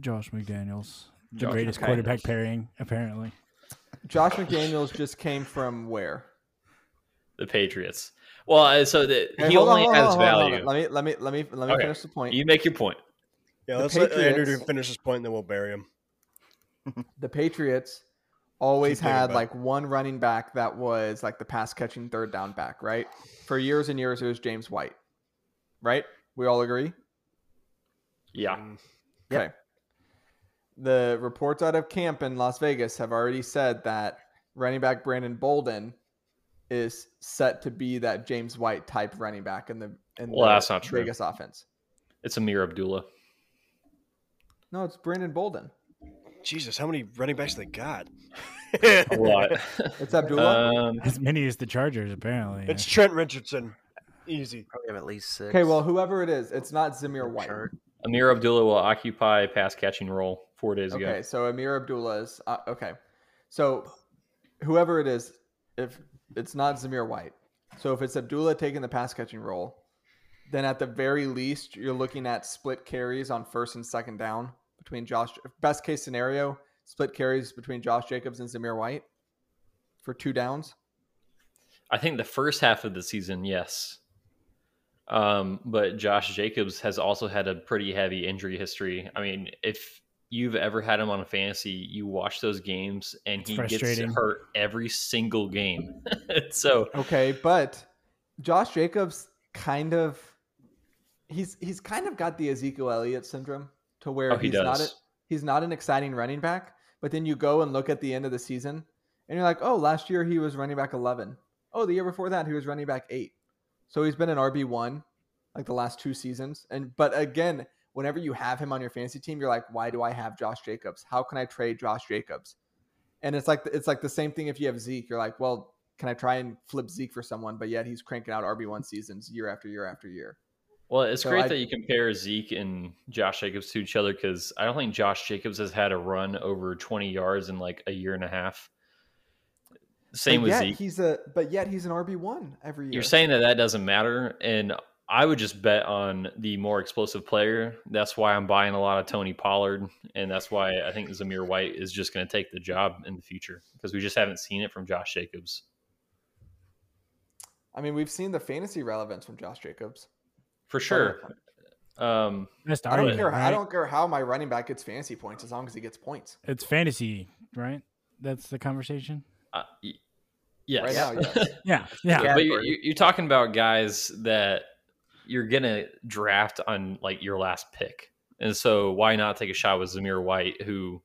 Speaker 4: Josh McDaniels, the
Speaker 5: Josh
Speaker 4: greatest
Speaker 1: McDaniels.
Speaker 4: quarterback pairing, apparently.
Speaker 1: Josh McDaniels just came from where?
Speaker 5: the Patriots. Well, uh, so that
Speaker 1: Hey,
Speaker 5: he
Speaker 1: hold on,
Speaker 5: only
Speaker 1: hold on,
Speaker 5: adds
Speaker 1: hold on, hold on.
Speaker 5: value.
Speaker 1: Let me let me let me let me
Speaker 5: Okay.
Speaker 1: finish the point.
Speaker 5: You make your point.
Speaker 2: Yeah,
Speaker 1: The
Speaker 2: let's let Andrew
Speaker 1: Patriots-
Speaker 2: finish his point, and then we'll bury him.
Speaker 1: the Patriots always
Speaker 2: Keep thinking
Speaker 1: had
Speaker 2: about it.
Speaker 1: like one running back that was like the pass catching third down back, right? For years and years, it was James White, right? We all agree.
Speaker 5: Yeah.
Speaker 2: Mm.
Speaker 3: Yep.
Speaker 1: Okay. The reports out of camp in Las Vegas have already said that running back Brandon Bolden is set to be that James White type running back in the in
Speaker 5: Well,
Speaker 1: the
Speaker 5: that's not true.
Speaker 1: Vegas offense.
Speaker 5: It's Amir Abdullah.
Speaker 1: No, it's Brandon Bolden.
Speaker 2: Jesus, how many running backs they got?
Speaker 5: A lot.
Speaker 1: It's Abdullah.
Speaker 5: um,
Speaker 4: As many as the Chargers, apparently.
Speaker 2: It's Trent Richardson. Easy.
Speaker 3: Probably have at least six.
Speaker 1: okay, well, whoever it is, it's not Zamir White.
Speaker 3: Sure.
Speaker 5: Amir Abdullah will occupy pass catching role four days ago.
Speaker 1: Okay, so Amir Abdullah is uh, okay. So whoever it is, if it's not Zamir White, so if it's Abdullah taking the pass catching role, then at the very least you're looking at split carries on first and second down between Josh. Best case scenario, split carries between Josh Jacobs and Zamir White for two downs.
Speaker 5: I think the first half of the season, yes. Um, but Josh Jacobs has also had a pretty heavy injury history. I mean, if you've ever had him on a fantasy, you watch those games and
Speaker 4: It's
Speaker 5: he gets
Speaker 4: frustrating.
Speaker 5: hurt every single game. so
Speaker 1: Okay, but Josh Jacobs kind of he's he's kind of got the Ezekiel Elliott syndrome to where
Speaker 5: Oh, he
Speaker 1: he's not
Speaker 5: does.
Speaker 1: a, he's not an exciting running back, but then you go and look at the end of the season and you're like, "Oh, last year he was running back 11. Oh, the year before that he was running back 8." So he's been an RB1 like the last two seasons. And but again, whenever you have him on your fantasy team, you're like, "Why do I have Josh Jacobs? How can I trade Josh Jacobs?" And it's like it's like the same thing if you have Zeke, you're like, "Well, can I try and flip Zeke for someone?" But yet he's cranking out RB1 seasons year after year after year.
Speaker 5: Well, it's
Speaker 1: So
Speaker 5: great
Speaker 1: I-
Speaker 5: that you compare Zeke and Josh Jacobs to each other because I don't think Josh Jacobs has had a run over 20 yards in like a year and a half.
Speaker 1: but
Speaker 5: Same with
Speaker 1: yet
Speaker 5: Zeke.
Speaker 1: He's a but yet he's an RB one every year.
Speaker 5: You're saying that that doesn't matter, and I would just bet on the more explosive player. That's why I'm buying a lot of Tony Pollard, and that's why I think Zamir White is just going to take the job in the future because we just haven't seen it from Josh Jacobs.
Speaker 1: I mean, we've seen the fantasy relevance from Josh Jacobs.
Speaker 5: For sure. Um,
Speaker 4: Best
Speaker 1: I don't
Speaker 4: argument,
Speaker 1: care. I
Speaker 4: right?
Speaker 1: don't care how my running back gets fantasy points as long as he gets points.
Speaker 4: It's fantasy, right? That's the conversation.
Speaker 5: I- y- yes.
Speaker 1: Right now, yes.
Speaker 4: Yeah, yeah.
Speaker 3: Yeah.
Speaker 5: but you're,
Speaker 3: category.
Speaker 5: you're you're talking about guys that you're gonna draft on like your last pick, and so why not take a shot with Zamir White, who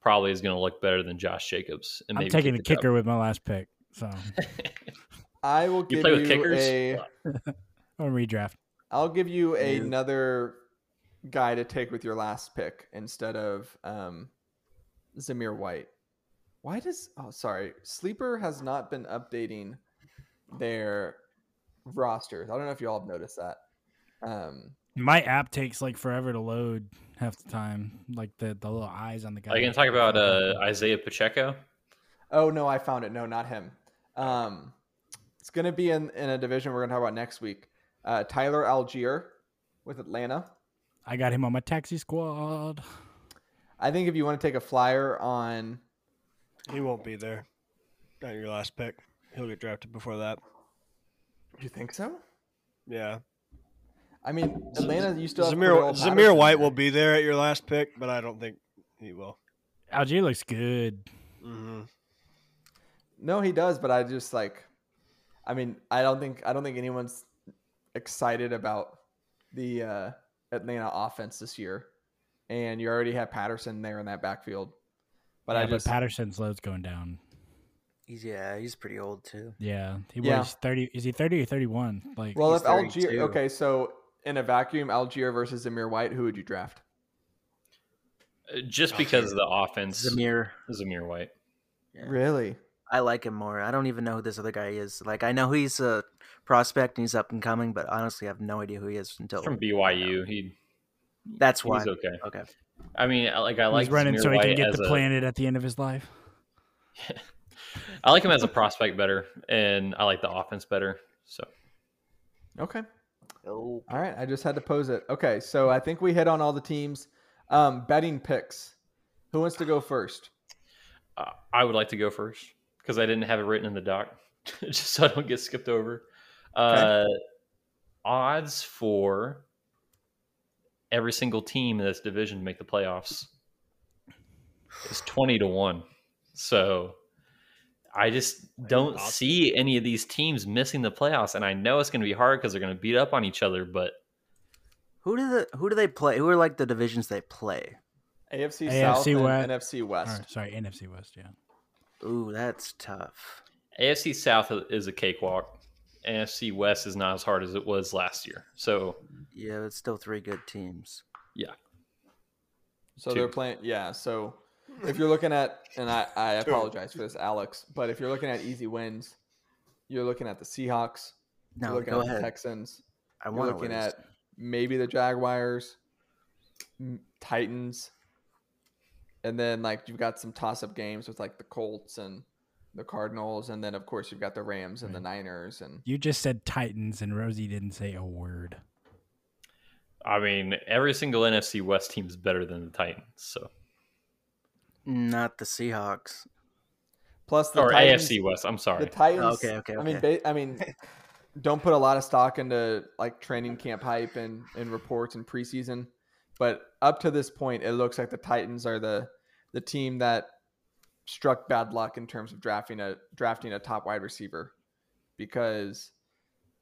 Speaker 5: probably is gonna look better than Josh Jacobs? And
Speaker 4: I'm
Speaker 5: maybe
Speaker 4: taking a
Speaker 5: keep the job.
Speaker 4: kicker with my last pick, so
Speaker 1: I will
Speaker 5: You
Speaker 1: give
Speaker 5: play
Speaker 1: you,
Speaker 5: with kickers.
Speaker 1: a.
Speaker 4: on redraft.
Speaker 1: I'll give you
Speaker 3: Yeah.
Speaker 1: another guy to take with your last pick instead of um, Zamir White. Why does? Oh, sorry. Sleeper has not been updating their rosters. I don't know if you all have noticed that. Um,
Speaker 4: My app takes like forever to load half the time. Like the, the little eyes on the guy.
Speaker 5: I can talk about uh, Isaiah Pacheco.
Speaker 1: Oh no, I found it. No, not him. Um, it's gonna be in, in a division we're gonna talk about next week. Uh, Tyler Algier with Atlanta.
Speaker 4: I got him on my taxi squad.
Speaker 1: I think if you want to take a flyer on,
Speaker 2: He won't be there. Not your last pick. He'll get drafted before that.
Speaker 1: you think so?
Speaker 2: Yeah.
Speaker 1: I mean, Atlanta. You still have
Speaker 2: Zamir,
Speaker 1: Cordell
Speaker 2: Zamir
Speaker 1: Patterson
Speaker 2: White
Speaker 1: there.
Speaker 2: will be there at your last pick, but I don't think he will.
Speaker 4: Algier looks good.
Speaker 2: Mm-hmm.
Speaker 1: No, he does, but I just like. I mean, I don't think I don't think anyone's excited about the uh, Atlanta offense this year, and you already have Patterson there in that backfield. But
Speaker 4: yeah,
Speaker 1: I just
Speaker 4: but Patterson's load's going down.
Speaker 3: He's, yeah, he's pretty old too.
Speaker 4: Yeah, he
Speaker 1: Yeah.
Speaker 4: was thirty. Is he thirty or thirty-one? Like,
Speaker 1: Well,
Speaker 3: He's
Speaker 1: if Algier,
Speaker 3: 32.
Speaker 1: okay, so in a vacuum, Algier versus Amir White, who would you draft?
Speaker 5: Uh, Just
Speaker 1: Oh,
Speaker 5: because of the offense, Zamir,
Speaker 3: Zamir.
Speaker 5: White.
Speaker 3: Yeah.
Speaker 1: Really?
Speaker 3: I like him more. I don't even know who this other guy is. Like, I know he's
Speaker 5: Oh,
Speaker 3: a prospect and he's up and coming, but honestly, I have no idea who he is until
Speaker 5: He's from BYU. He
Speaker 3: That's why.
Speaker 5: He's okay.
Speaker 3: Okay.
Speaker 5: I mean, I- like I like
Speaker 4: He's running
Speaker 5: Zamir
Speaker 4: so he
Speaker 5: White
Speaker 4: can get
Speaker 5: as
Speaker 4: the
Speaker 5: a-
Speaker 4: planet at the end of his life.
Speaker 5: I like him as a prospect better, and I like the offense better. So
Speaker 1: Okay.
Speaker 3: Oh,
Speaker 1: All right, I just had to pose it. Okay, so I think we hit on all the teams. Um, betting picks. Who wants to go first?
Speaker 5: uh, I would like to go first because I didn't have it written in the doc, just so I don't get skipped over. Uh, odds for every single team in this division to make the playoffs is twenty to one. So I just don't
Speaker 2: Awesome.
Speaker 5: see any of these teams missing the playoffs, and I know it's going to be hard because they're going to beat up on each other. But
Speaker 3: who do the who do they play? Who are like the divisions they play?
Speaker 1: AFC,
Speaker 4: AFC
Speaker 1: South and
Speaker 4: West.
Speaker 1: NFC West.
Speaker 4: Or, sorry, NFC West. Yeah.
Speaker 3: Ooh, that's tough.
Speaker 5: AFC South is a cakewalk. NFC West is not as hard as it was last year. So
Speaker 3: Yeah, it's still three good teams.
Speaker 1: So they they're
Speaker 5: Two.
Speaker 1: playing. Yeah. So if you're looking at, and I, I
Speaker 2: Two.
Speaker 1: apologize for this, Alex, but if you're looking at easy wins, you're looking at the Seahawks. you're
Speaker 3: No,
Speaker 1: looking
Speaker 3: go
Speaker 1: at the
Speaker 3: ahead.
Speaker 1: Texans.
Speaker 3: I
Speaker 1: You're
Speaker 3: want to
Speaker 1: looking
Speaker 3: lose.
Speaker 1: at maybe the Jaguars, m- Titans, and then like you've got some toss-up games with like the Colts and the Cardinals, and then of course you've got the Rams and the Niners, and
Speaker 4: You just said Titans, and Rosie didn't say a word.
Speaker 5: I mean, every single NFC West team is better than the Titans. So
Speaker 3: Not the Seahawks.
Speaker 1: plus the
Speaker 5: or
Speaker 1: Titans,
Speaker 5: AFC West. I'm
Speaker 1: The
Speaker 5: sorry.
Speaker 1: Titans.
Speaker 3: Oh, okay, okay,
Speaker 1: I mean,
Speaker 3: okay.
Speaker 1: ba- I mean, don't put a lot of stock into like training camp hype and and reports and preseason, but up to this point, it looks like the Titans are the the team that struck bad luck in terms of drafting a drafting a top wide receiver because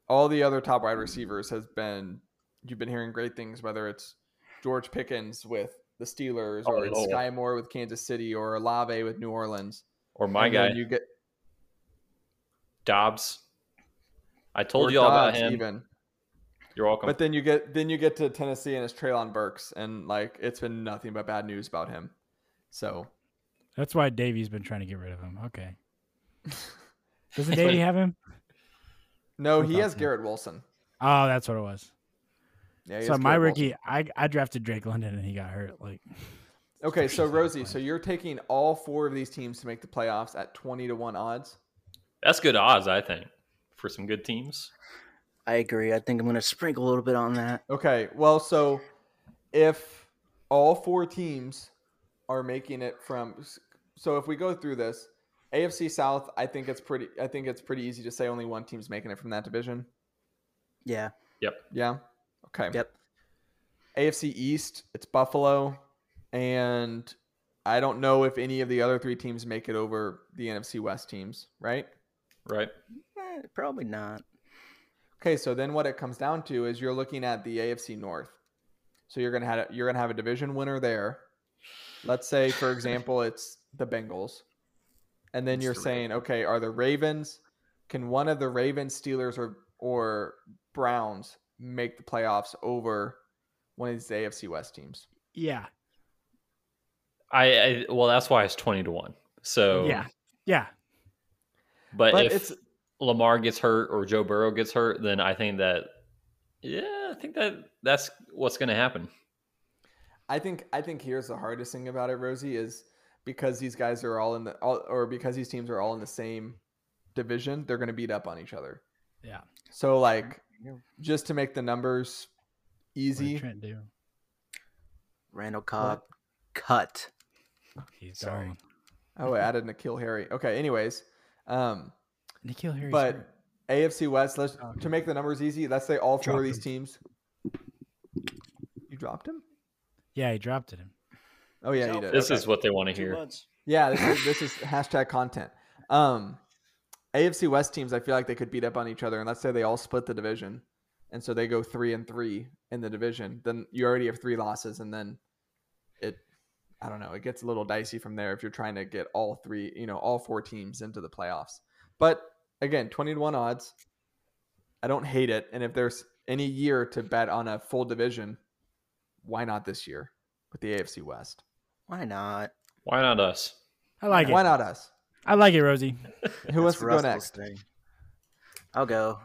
Speaker 1: all the other top wide receivers has been you've been hearing great things whether it's George Pickens with the Steelers
Speaker 5: Oh,
Speaker 1: or it's
Speaker 5: Lord.
Speaker 1: Sky Moore with Kansas City or Alave with New Orleans.
Speaker 5: or my
Speaker 1: And
Speaker 5: guy
Speaker 1: then you get
Speaker 5: Dobbs. I told
Speaker 1: or
Speaker 5: you all
Speaker 1: Dobbs
Speaker 5: about him.
Speaker 1: even.
Speaker 5: You're welcome.
Speaker 1: But then you get then you get to Tennessee and it's Traylon Burks and like it's been nothing but bad news about him. So
Speaker 4: That's why Davey's been trying to get rid of him. Okay. Doesn't Davey have him?
Speaker 1: no, he
Speaker 4: Okay.
Speaker 1: has Garrett Wilson.
Speaker 4: Oh, that's what it was.
Speaker 1: Yeah, he
Speaker 4: So
Speaker 1: has
Speaker 4: my
Speaker 1: Garrett
Speaker 4: rookie, I, I drafted Drake London and he got hurt. Like,
Speaker 1: Wilson. Okay, so
Speaker 4: He's not
Speaker 1: Rosie,
Speaker 4: playing.
Speaker 1: so you're taking all four of these teams to make the playoffs at twenty to one odds.
Speaker 5: That's good odds, I think, for some good teams.
Speaker 3: I agree. I think I'm going to sprinkle a little bit on that.
Speaker 1: Okay, well, so if all four teams are making it from, so if we go through this, AFC South, I think it's pretty. I think it's pretty easy to say only one team's making it from that division.
Speaker 3: Yeah.
Speaker 1: Yeah. Okay.
Speaker 3: Yep.
Speaker 1: AFC East, it's Buffalo, and I don't know if any of the other three teams make it over the NFC West teams, right?
Speaker 5: Right.
Speaker 3: Eh, probably not.
Speaker 1: Okay, so then what it comes down to is you're looking at the AFC North. So you're gonna have you're gonna have a division winner there. Let's say, for example, it's the Bengals, and then
Speaker 3: It's
Speaker 1: you're
Speaker 3: the
Speaker 1: saying, okay, are the Ravens? Can one of the Ravens, Steelers, or or Browns make the playoffs over one of these AFC West teams?
Speaker 4: yeah,
Speaker 5: I, I well, that's why it's twenty to one. So
Speaker 1: Oh.
Speaker 4: yeah, yeah.
Speaker 5: But,
Speaker 1: But
Speaker 5: if
Speaker 1: it's
Speaker 5: Lamar gets hurt or Joe Burrow gets hurt, then I think that yeah, I think that that's what's going to happen.
Speaker 1: I think I think here's the hardest thing about it, Rosie, is because these guys are all in the all, or because these teams are all in the same division, they're going to beat up on each other.
Speaker 4: Yeah.
Speaker 1: So like,
Speaker 3: Yeah.
Speaker 1: just to make the numbers
Speaker 4: What did
Speaker 1: easy, uh,
Speaker 4: Trent do?
Speaker 3: Randall Cobb, cut.
Speaker 4: He's
Speaker 1: Sorry.
Speaker 4: gone.
Speaker 1: oh, I added Nikhil Harry. Okay, anyways, um,
Speaker 4: Nikhil Harry's
Speaker 1: but
Speaker 4: hurt.
Speaker 1: AFC West, let's to make the numbers easy. Let's say all four
Speaker 2: Dropped
Speaker 1: of these
Speaker 2: him.
Speaker 1: teams. You dropped him?
Speaker 4: yeah, he dropped it him.
Speaker 1: Oh yeah, you
Speaker 2: So-
Speaker 1: did.
Speaker 5: This
Speaker 1: Okay.
Speaker 5: is what they want to
Speaker 2: Two
Speaker 5: hear.
Speaker 2: months.
Speaker 1: Yeah, this is, this is hashtag content. Um, AFC West teams, I feel like they could beat up on each other, and let's say they all split the division, and so they go three and three in the division. Then you already have three losses, and then it, I don't know, it gets a little dicey from there if you're trying to get all three, you know, all four teams into the playoffs. But again, twenty to one odds. I don't hate it, and if there's any year to bet on a full division, why not this year with the AFC West?
Speaker 3: Why not?
Speaker 5: Why not us?
Speaker 4: I like
Speaker 1: why
Speaker 4: it.
Speaker 1: not us?
Speaker 4: I like it, Rosie.
Speaker 1: Who wants
Speaker 3: That's
Speaker 1: to go
Speaker 3: Russell's
Speaker 1: next?
Speaker 3: thing. I'll go.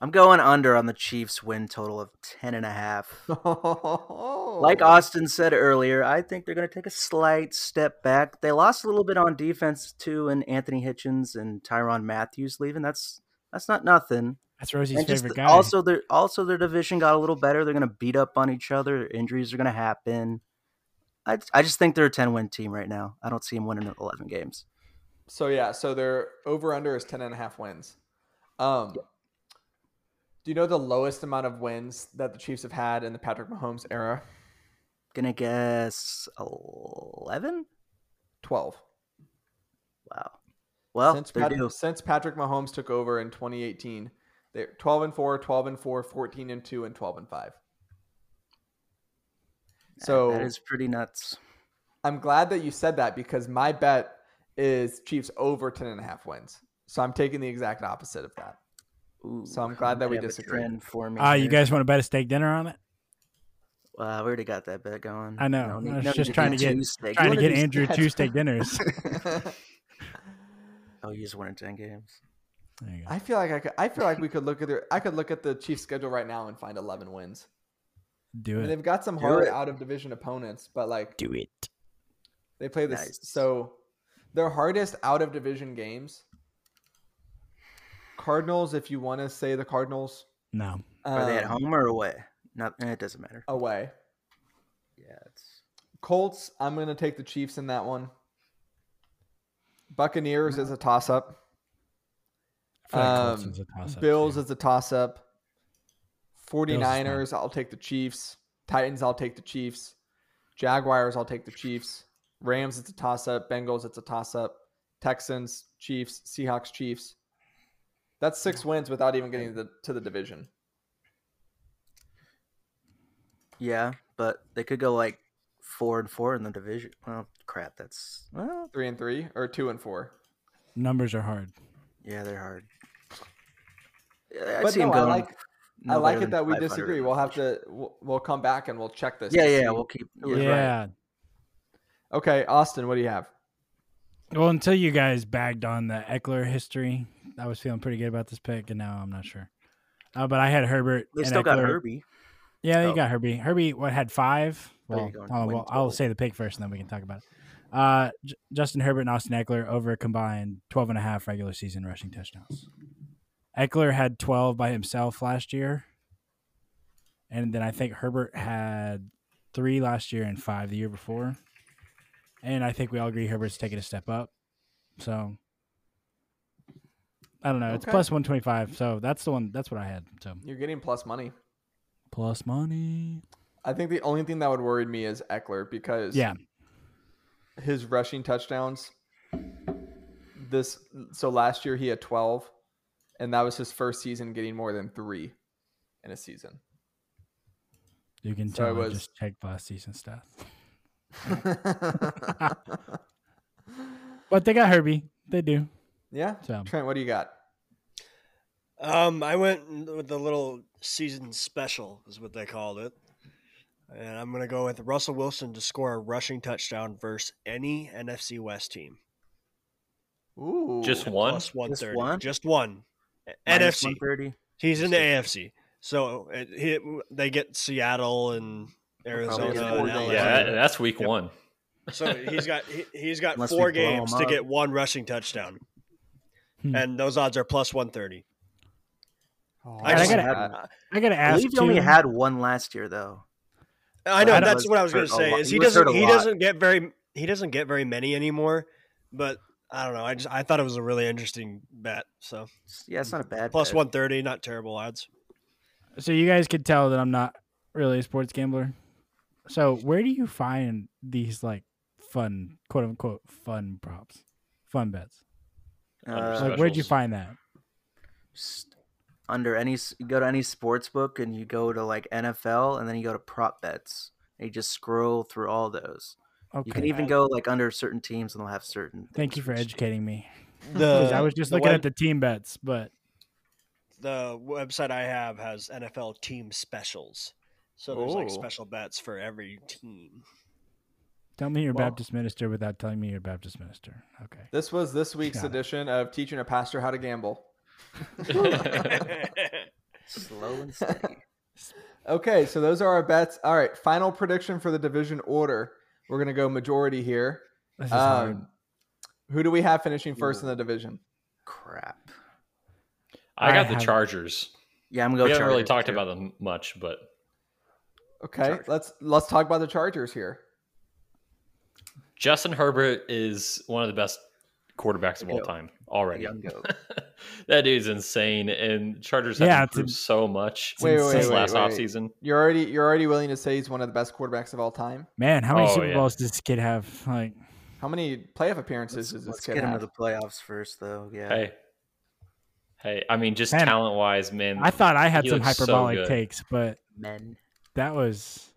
Speaker 3: I'm going under on the Chiefs win total of 10 and a half. Like
Speaker 1: uh,
Speaker 3: Austin said earlier, I think they're going to take a slight step back. They lost a little bit on defense too, and Anthony Hitchens and Tyron Matthews leaving. That's that's not nothing.
Speaker 4: That's Rosie's
Speaker 3: and just
Speaker 4: favorite
Speaker 3: the-
Speaker 4: guy.
Speaker 3: also their also their division got a little better. They're going to beat up on each other. Their injuries are going to happen. I I just think they're a 10 win team right now. I don't see them winning 11 games.
Speaker 1: So yeah, so their over under is 10 and a half wins. Um Do you know the lowest amount of wins that the Chiefs have had in the Patrick Mahomes era?
Speaker 3: Gonna guess 11.
Speaker 1: 12.
Speaker 3: Wow. Well,
Speaker 1: since,
Speaker 3: they're
Speaker 1: Pat-
Speaker 3: due.
Speaker 1: since Patrick Mahomes took over in 2018, they're 12 and 4, 12 and 4, 14 and 2 and 12 and 5. So
Speaker 3: that is pretty nuts.
Speaker 1: I'm glad that you said that because my bet is Chiefs over 10 and a half wins. So I'm taking the exact opposite of that.
Speaker 3: Ooh,
Speaker 1: So I'm glad that we
Speaker 3: they have a
Speaker 1: disagree.
Speaker 3: trend For me
Speaker 4: Uh, you
Speaker 3: here.
Speaker 4: guys want to bet a steak dinner on it?
Speaker 3: Wow, we already got that bet going.
Speaker 4: I know.
Speaker 3: need-
Speaker 4: I was
Speaker 3: need
Speaker 4: just
Speaker 3: do
Speaker 4: trying to get-
Speaker 3: two steak
Speaker 4: Trying to
Speaker 1: wanna
Speaker 4: get
Speaker 1: do
Speaker 4: Andrew
Speaker 1: stats?
Speaker 4: two steak dinners.
Speaker 3: Oh, you just won in ten games.
Speaker 4: There you go.
Speaker 1: I feel like I could. I feel like we could look at their. I could look at the Chiefs' schedule right now and find 11 wins.
Speaker 4: Do
Speaker 1: I mean,
Speaker 4: it.
Speaker 1: they've got some
Speaker 3: Do
Speaker 1: hard
Speaker 3: it.
Speaker 1: out of division opponents, but like
Speaker 4: Do it.
Speaker 1: they play this.
Speaker 3: Nice.
Speaker 1: So their hardest out of division games. Cardinals, if you want to say the Cardinals,
Speaker 4: No.
Speaker 3: Are they at
Speaker 1: um,
Speaker 3: home or away? Not. eh, It doesn't matter.
Speaker 1: Away,
Speaker 3: Yeah, it's
Speaker 1: Colts. I'm going to take the Chiefs in that one. Buccaneers is a toss up.
Speaker 4: I feel like
Speaker 1: Um,
Speaker 4: Colson's a toss-up,
Speaker 1: Bills
Speaker 4: too.
Speaker 1: is a toss up. 49ers,
Speaker 4: not-
Speaker 1: I'll take the Chiefs. Titans, I'll take the Chiefs. Jaguars, I'll take the Chiefs. Rams, it's a toss up. Bengals, it's a toss up. Texans, Chiefs, Seahawks, Chiefs. That's six wins without even getting to the, to the division.
Speaker 3: yeah, but they could go like four and four in the division. Oh crap, that's well,
Speaker 1: Three and three or two and four.
Speaker 4: Numbers are hard.
Speaker 3: yeah, they're hard. Yeah, I
Speaker 1: But
Speaker 3: see
Speaker 1: no,
Speaker 3: 'em
Speaker 1: I
Speaker 3: going
Speaker 1: like
Speaker 3: no
Speaker 1: I like
Speaker 3: later
Speaker 1: it
Speaker 3: than
Speaker 1: that we
Speaker 3: 500
Speaker 1: disagree. We'll have to we'll, we'll come back and we'll check this.
Speaker 3: Yeah,
Speaker 1: to
Speaker 3: yeah,
Speaker 1: see.
Speaker 3: we'll keep.
Speaker 1: was right.
Speaker 4: yeah.
Speaker 1: Okay, Austin, what do you have?
Speaker 4: Well, until you guys bagged on the Eckler history, I was feeling pretty good about this pick, and now I'm not sure. Uh, but I had Herbert.
Speaker 3: They
Speaker 4: and
Speaker 3: still got
Speaker 4: Eckler.
Speaker 3: Herbie.
Speaker 4: Yeah, you
Speaker 3: Oh.
Speaker 4: got Herbie. Herbie what had five?
Speaker 3: Oh, you're
Speaker 4: Well,
Speaker 3: going
Speaker 4: oh,
Speaker 3: twin
Speaker 4: well I'll
Speaker 3: total.
Speaker 4: say the pick first, and then we can talk about it. Uh, J- Justin Herbert and Austin Eckler over a combined 12 and a half regular season rushing touchdowns. Eckler had 12 by himself last year. And then I think Herbert had three last year and five the year before. And I think we all agree Herbert's taking a step up. So I don't know. It's
Speaker 1: Okay.
Speaker 4: plus 125. So that's the one. That's what I had. So
Speaker 1: You're getting plus money.
Speaker 4: plus money.
Speaker 1: I think the only thing that would worry me is Eckler because
Speaker 4: Yeah.
Speaker 1: his rushing touchdowns this so last year he had 12 and that was his first season getting more than 3 in a season.
Speaker 4: You can
Speaker 1: So it
Speaker 4: tell I
Speaker 1: was-
Speaker 4: just checked last season stuff. But they got Herbie. They do.
Speaker 1: yeah.
Speaker 4: So
Speaker 1: Trent, what do you got?
Speaker 2: Um, I went with the little season special, is what they called it. And I'm going to go with Russell Wilson to score a rushing touchdown versus any NFC West team.
Speaker 1: Ooh.
Speaker 5: Just
Speaker 1: one.
Speaker 5: one.
Speaker 2: Plus 130. Just one?
Speaker 3: one?
Speaker 2: NFC.
Speaker 3: one thirty.
Speaker 2: He's in the AFC. So it, he, they get Seattle and Arizona.
Speaker 3: get
Speaker 2: and
Speaker 3: four
Speaker 2: LA.
Speaker 1: games.
Speaker 5: Yeah, that, that's week
Speaker 2: Yep.
Speaker 5: one.
Speaker 2: So he's got he, he's got
Speaker 3: Unless we
Speaker 2: four
Speaker 3: blow him
Speaker 2: games to
Speaker 3: up.
Speaker 2: get one rushing touchdown,
Speaker 4: Hmm.
Speaker 2: and those odds are plus one thirty.
Speaker 4: Oh. I
Speaker 2: just-
Speaker 4: gotta- I gotta
Speaker 3: I
Speaker 4: ask
Speaker 3: believe he only
Speaker 4: too,
Speaker 3: had one last year though.
Speaker 2: I know
Speaker 4: Adam
Speaker 2: that's
Speaker 3: was
Speaker 2: what I was going
Speaker 3: hurt
Speaker 2: to
Speaker 3: a
Speaker 2: say.
Speaker 3: lot.
Speaker 2: Is
Speaker 3: He
Speaker 2: he,
Speaker 3: was hurt
Speaker 2: doesn't
Speaker 3: a
Speaker 2: he
Speaker 3: lot.
Speaker 2: doesn't get very he doesn't get very many anymore, but. I don't know. I just I thought it was a really interesting bet. So
Speaker 3: Yeah, it's not a bad
Speaker 2: plus
Speaker 3: bet.
Speaker 2: one thirty, not terrible odds.
Speaker 4: so you guys could tell that I'm not really a sports gambler. So where do you find these like fun, quote unquote, fun props, fun bets?
Speaker 3: Uh,
Speaker 4: Like where'd you
Speaker 5: Specials.
Speaker 4: find that?
Speaker 3: s- under any s- you go to any sports book and you go to like NFL and then you go to prop bets and you just scroll through all those.
Speaker 4: Okay.
Speaker 3: You can even go like under certain teams and they'll have certain.
Speaker 4: Thank
Speaker 3: things
Speaker 4: you
Speaker 3: for
Speaker 4: for
Speaker 3: each
Speaker 4: educating me. 'Cause
Speaker 2: The
Speaker 4: I was just
Speaker 2: Uh, the
Speaker 4: looking
Speaker 2: web-
Speaker 4: at the team bets, but
Speaker 2: the website I have has NFL team specials, so there's like
Speaker 5: Oh.
Speaker 1: Ooh.
Speaker 2: special bets for every team.
Speaker 4: tell me you're a
Speaker 1: Well-
Speaker 4: Baptist minister without telling me you're a Baptist minister. Okay.
Speaker 1: This was this week's
Speaker 4: Got it.
Speaker 1: edition of teaching a pastor how to gamble.
Speaker 3: Slow and steady.
Speaker 1: Okay, so those are our bets. All right, final prediction for the division order. We're gonna go majority here.
Speaker 4: This is hard.
Speaker 1: Um, who do we have finishing first in the division?
Speaker 3: Crap.
Speaker 5: I
Speaker 4: I
Speaker 5: got the
Speaker 4: have-
Speaker 5: Chargers.
Speaker 3: Yeah, I'm gonna go.
Speaker 5: we haven't really
Speaker 3: Chargers,
Speaker 5: talked
Speaker 3: too.
Speaker 5: about them much, but
Speaker 1: Okay,
Speaker 3: Chargers.
Speaker 1: let's let's talk about the Chargers here.
Speaker 5: Justin Herbert is one of the best quarterbacks of all
Speaker 3: Go.
Speaker 5: time already.
Speaker 3: Young goat.
Speaker 5: that dude's insane, and Chargers have
Speaker 4: Yeah, it's
Speaker 5: improved
Speaker 4: in-
Speaker 5: so much
Speaker 1: Wait, wait,
Speaker 5: since
Speaker 1: wait,
Speaker 5: last
Speaker 1: wait, wait.
Speaker 5: offseason.
Speaker 1: You're already you're already willing to say he's one of the best quarterbacks of all time.
Speaker 4: Man, how many
Speaker 5: Oh,
Speaker 4: Super
Speaker 5: yeah.
Speaker 4: Bowls does this kid have? Like,
Speaker 1: How many playoff appearances
Speaker 3: Let's,
Speaker 1: does this
Speaker 3: let's
Speaker 1: kid
Speaker 3: get him to
Speaker 1: have?
Speaker 3: the playoffs first, though. Yeah.
Speaker 5: Hey, hey, I mean, just
Speaker 4: Man,
Speaker 5: talent wise, man.
Speaker 4: I thought I had
Speaker 5: He
Speaker 4: some
Speaker 5: looks so
Speaker 4: hyperbolic
Speaker 5: good.
Speaker 4: takes, but
Speaker 3: Men.
Speaker 4: that was,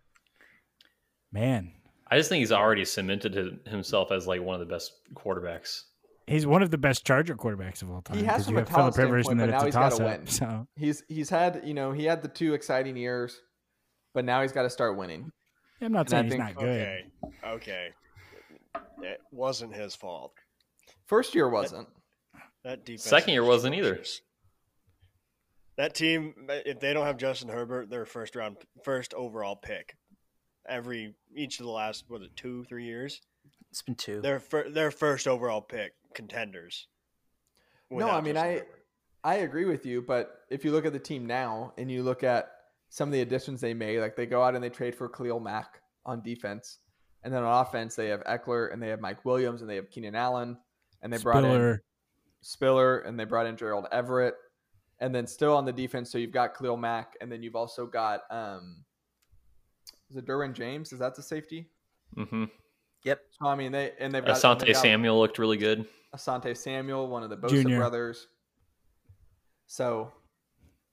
Speaker 4: man,
Speaker 5: I just think he's already cemented him- himself as like one of the best quarterbacks.
Speaker 4: he's one of the best Charger quarterbacks of all time.
Speaker 1: has
Speaker 4: 'cause
Speaker 1: from
Speaker 4: you
Speaker 1: a
Speaker 4: have Philip
Speaker 1: talent
Speaker 4: Rivers, and then
Speaker 1: standpoint,
Speaker 4: it's a
Speaker 1: but now he's
Speaker 4: toss
Speaker 1: gotta
Speaker 4: up.
Speaker 1: win.
Speaker 4: So
Speaker 1: He's he's had you know he had the two exciting years, but now he's got to start winning.
Speaker 4: I'm not
Speaker 1: I
Speaker 4: saying he's
Speaker 1: think-
Speaker 4: not good.
Speaker 2: Okay. Okay. It wasn't his fault.
Speaker 1: First year wasn't.
Speaker 2: That defense.
Speaker 5: Second year
Speaker 2: is
Speaker 5: wasn't either.
Speaker 2: atrocious. That team, if they don't have Justin Herbert, their first round, first overall pick, every each of the last was it two, three years,
Speaker 3: It's been two.
Speaker 2: their fir- their first overall pick contenders.
Speaker 1: No, I
Speaker 2: without
Speaker 1: mean
Speaker 2: Justin
Speaker 1: I
Speaker 2: Herbert.
Speaker 1: I agree with you, but if you look at the team now and you look at some of the additions they made, like they go out and they trade for Khalil Mack on defense, and then on offense they have Eckler and they have Mike Williams and they have Keenan Allen and they brought in
Speaker 4: Spiller,
Speaker 1: Spiller and they brought in Gerald Everett. And then still on the defense, so you've got Khalil Mack, and then you've also got um is it Derwin James? Is that the safety?
Speaker 5: Mm-hmm.
Speaker 1: So I mean they and they've got and
Speaker 5: Asante
Speaker 1: they've got
Speaker 5: Samuel looked really good.
Speaker 1: Asante Samuel, one of the Bosa
Speaker 4: Junior.
Speaker 1: brothers. So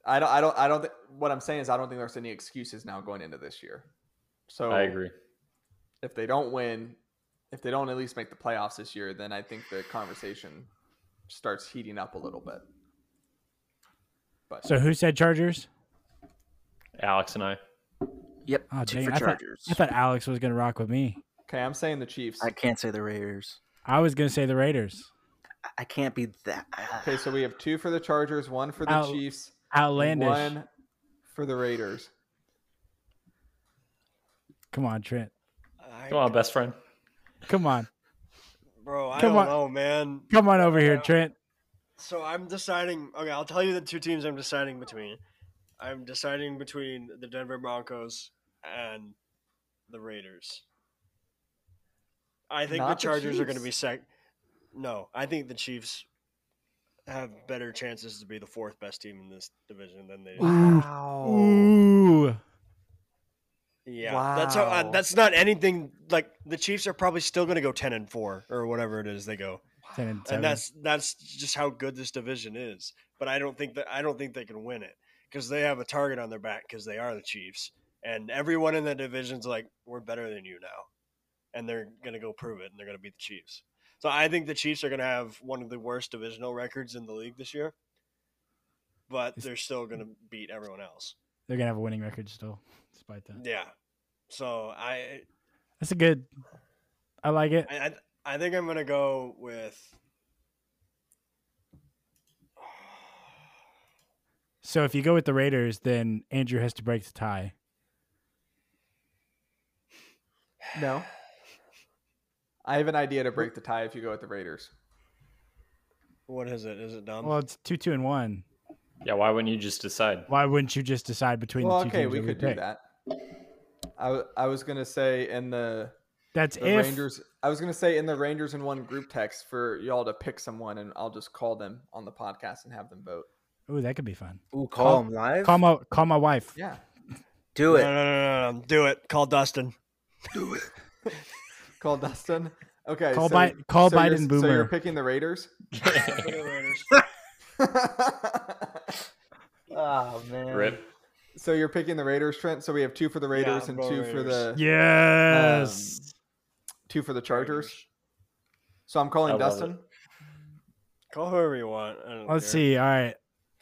Speaker 1: I don't I don't I don't think what I'm saying is I don't think there's any excuses now going into this year. So
Speaker 5: I agree.
Speaker 1: if they don't win, if they don't at least make the playoffs this year, then I think the conversation starts heating up a little bit. But
Speaker 4: So who said Chargers?
Speaker 5: Alex and I.
Speaker 3: Yep.
Speaker 4: Oh,
Speaker 3: two
Speaker 4: dang,
Speaker 3: for
Speaker 4: I thought-
Speaker 3: Chargers.
Speaker 4: I thought Alex was gonna rock with me.
Speaker 1: Okay, I'm saying the Chiefs.
Speaker 3: I can't say the Raiders.
Speaker 4: I was gonna say the Raiders.
Speaker 3: I- I can't be that. ah.
Speaker 1: Okay, so we have two for the Chargers, one for the
Speaker 4: Out-
Speaker 1: Chiefs,
Speaker 4: Outlandish.
Speaker 1: one for the Raiders.
Speaker 4: Come on, Trent.
Speaker 2: I,
Speaker 5: Come on, best friend.
Speaker 4: Come on.
Speaker 2: bro, I
Speaker 4: come
Speaker 2: don't
Speaker 4: on.
Speaker 2: know, man.
Speaker 4: Come on over here,
Speaker 2: Yeah.
Speaker 4: Trent.
Speaker 2: So I'm deciding. Okay, I'll tell you the two teams I'm deciding between. I'm deciding between the Denver Broncos and the Raiders. I think
Speaker 1: Not
Speaker 2: the
Speaker 1: the
Speaker 2: Chargers are going to
Speaker 1: Chiefs.
Speaker 2: be sec. No, I think the Chiefs have better chances to be the fourth best team in this division than they.
Speaker 1: Wow.
Speaker 4: Ooh.
Speaker 2: Yeah, that's how, uh,
Speaker 1: Wow.
Speaker 2: that's not anything like the Chiefs are probably still going to go ten and four or whatever it is they go.
Speaker 4: 10 and 7.
Speaker 2: and that's that's just how good this division is. But I don't think that I don't think they can win it because they have a target on their back because they are the Chiefs, and everyone in the division's like, we're better than you now, and they're gonna go prove it, and they're gonna beat the Chiefs. So I think the Chiefs are gonna have one of the worst divisional records in the league this year, but
Speaker 4: Is-
Speaker 2: they're still gonna beat everyone else.
Speaker 4: They're gonna have a winning record still, despite that.
Speaker 2: Yeah. So I
Speaker 4: That's a good. I like it.
Speaker 2: I, I I think I'm gonna go with.
Speaker 4: So if you go with the Raiders, then Andrew has to break the tie.
Speaker 1: No. I have an idea to break the tie if you go with the Raiders.
Speaker 2: What is it? Is it
Speaker 1: Um,
Speaker 2: Dom?
Speaker 4: Well, it's two, two, and one.
Speaker 5: Yeah, why wouldn't you just decide?
Speaker 4: Why wouldn't you just decide between
Speaker 1: Well,
Speaker 4: the two
Speaker 1: okay,
Speaker 4: teams
Speaker 1: we
Speaker 4: that
Speaker 1: could do
Speaker 4: pick?
Speaker 1: that. I, w- I was gonna say in the,
Speaker 4: That's
Speaker 1: the
Speaker 4: if
Speaker 1: Rangers. I was gonna say in the Rangers in one group text for y'all to pick someone, and I'll just call them on the podcast and have them vote.
Speaker 4: Ooh, that could be fun.
Speaker 3: Ooh,
Speaker 4: Call-
Speaker 3: call him live.
Speaker 4: Call my call my wife.
Speaker 1: Yeah,
Speaker 3: Do
Speaker 2: No,
Speaker 3: it.
Speaker 2: no, no, no, no. Do it. Call Dustin.
Speaker 1: call Dustin. Okay,
Speaker 4: Call
Speaker 1: so,
Speaker 4: Bi- call
Speaker 1: so you're-
Speaker 4: Biden
Speaker 1: So you're
Speaker 4: boomer.
Speaker 1: picking the Raiders.
Speaker 3: Oh man.
Speaker 5: Rip.
Speaker 1: so you're picking the Raiders, Trent. So we have two for the Raiders
Speaker 2: I'm
Speaker 1: and two
Speaker 2: going
Speaker 1: for the
Speaker 2: Raiders.
Speaker 4: Yes.
Speaker 1: two for the Chargers. So I'm calling
Speaker 5: I love it.
Speaker 1: Dustin.
Speaker 2: Call whoever you want. I don't
Speaker 4: Let's
Speaker 2: care.
Speaker 4: see. All right.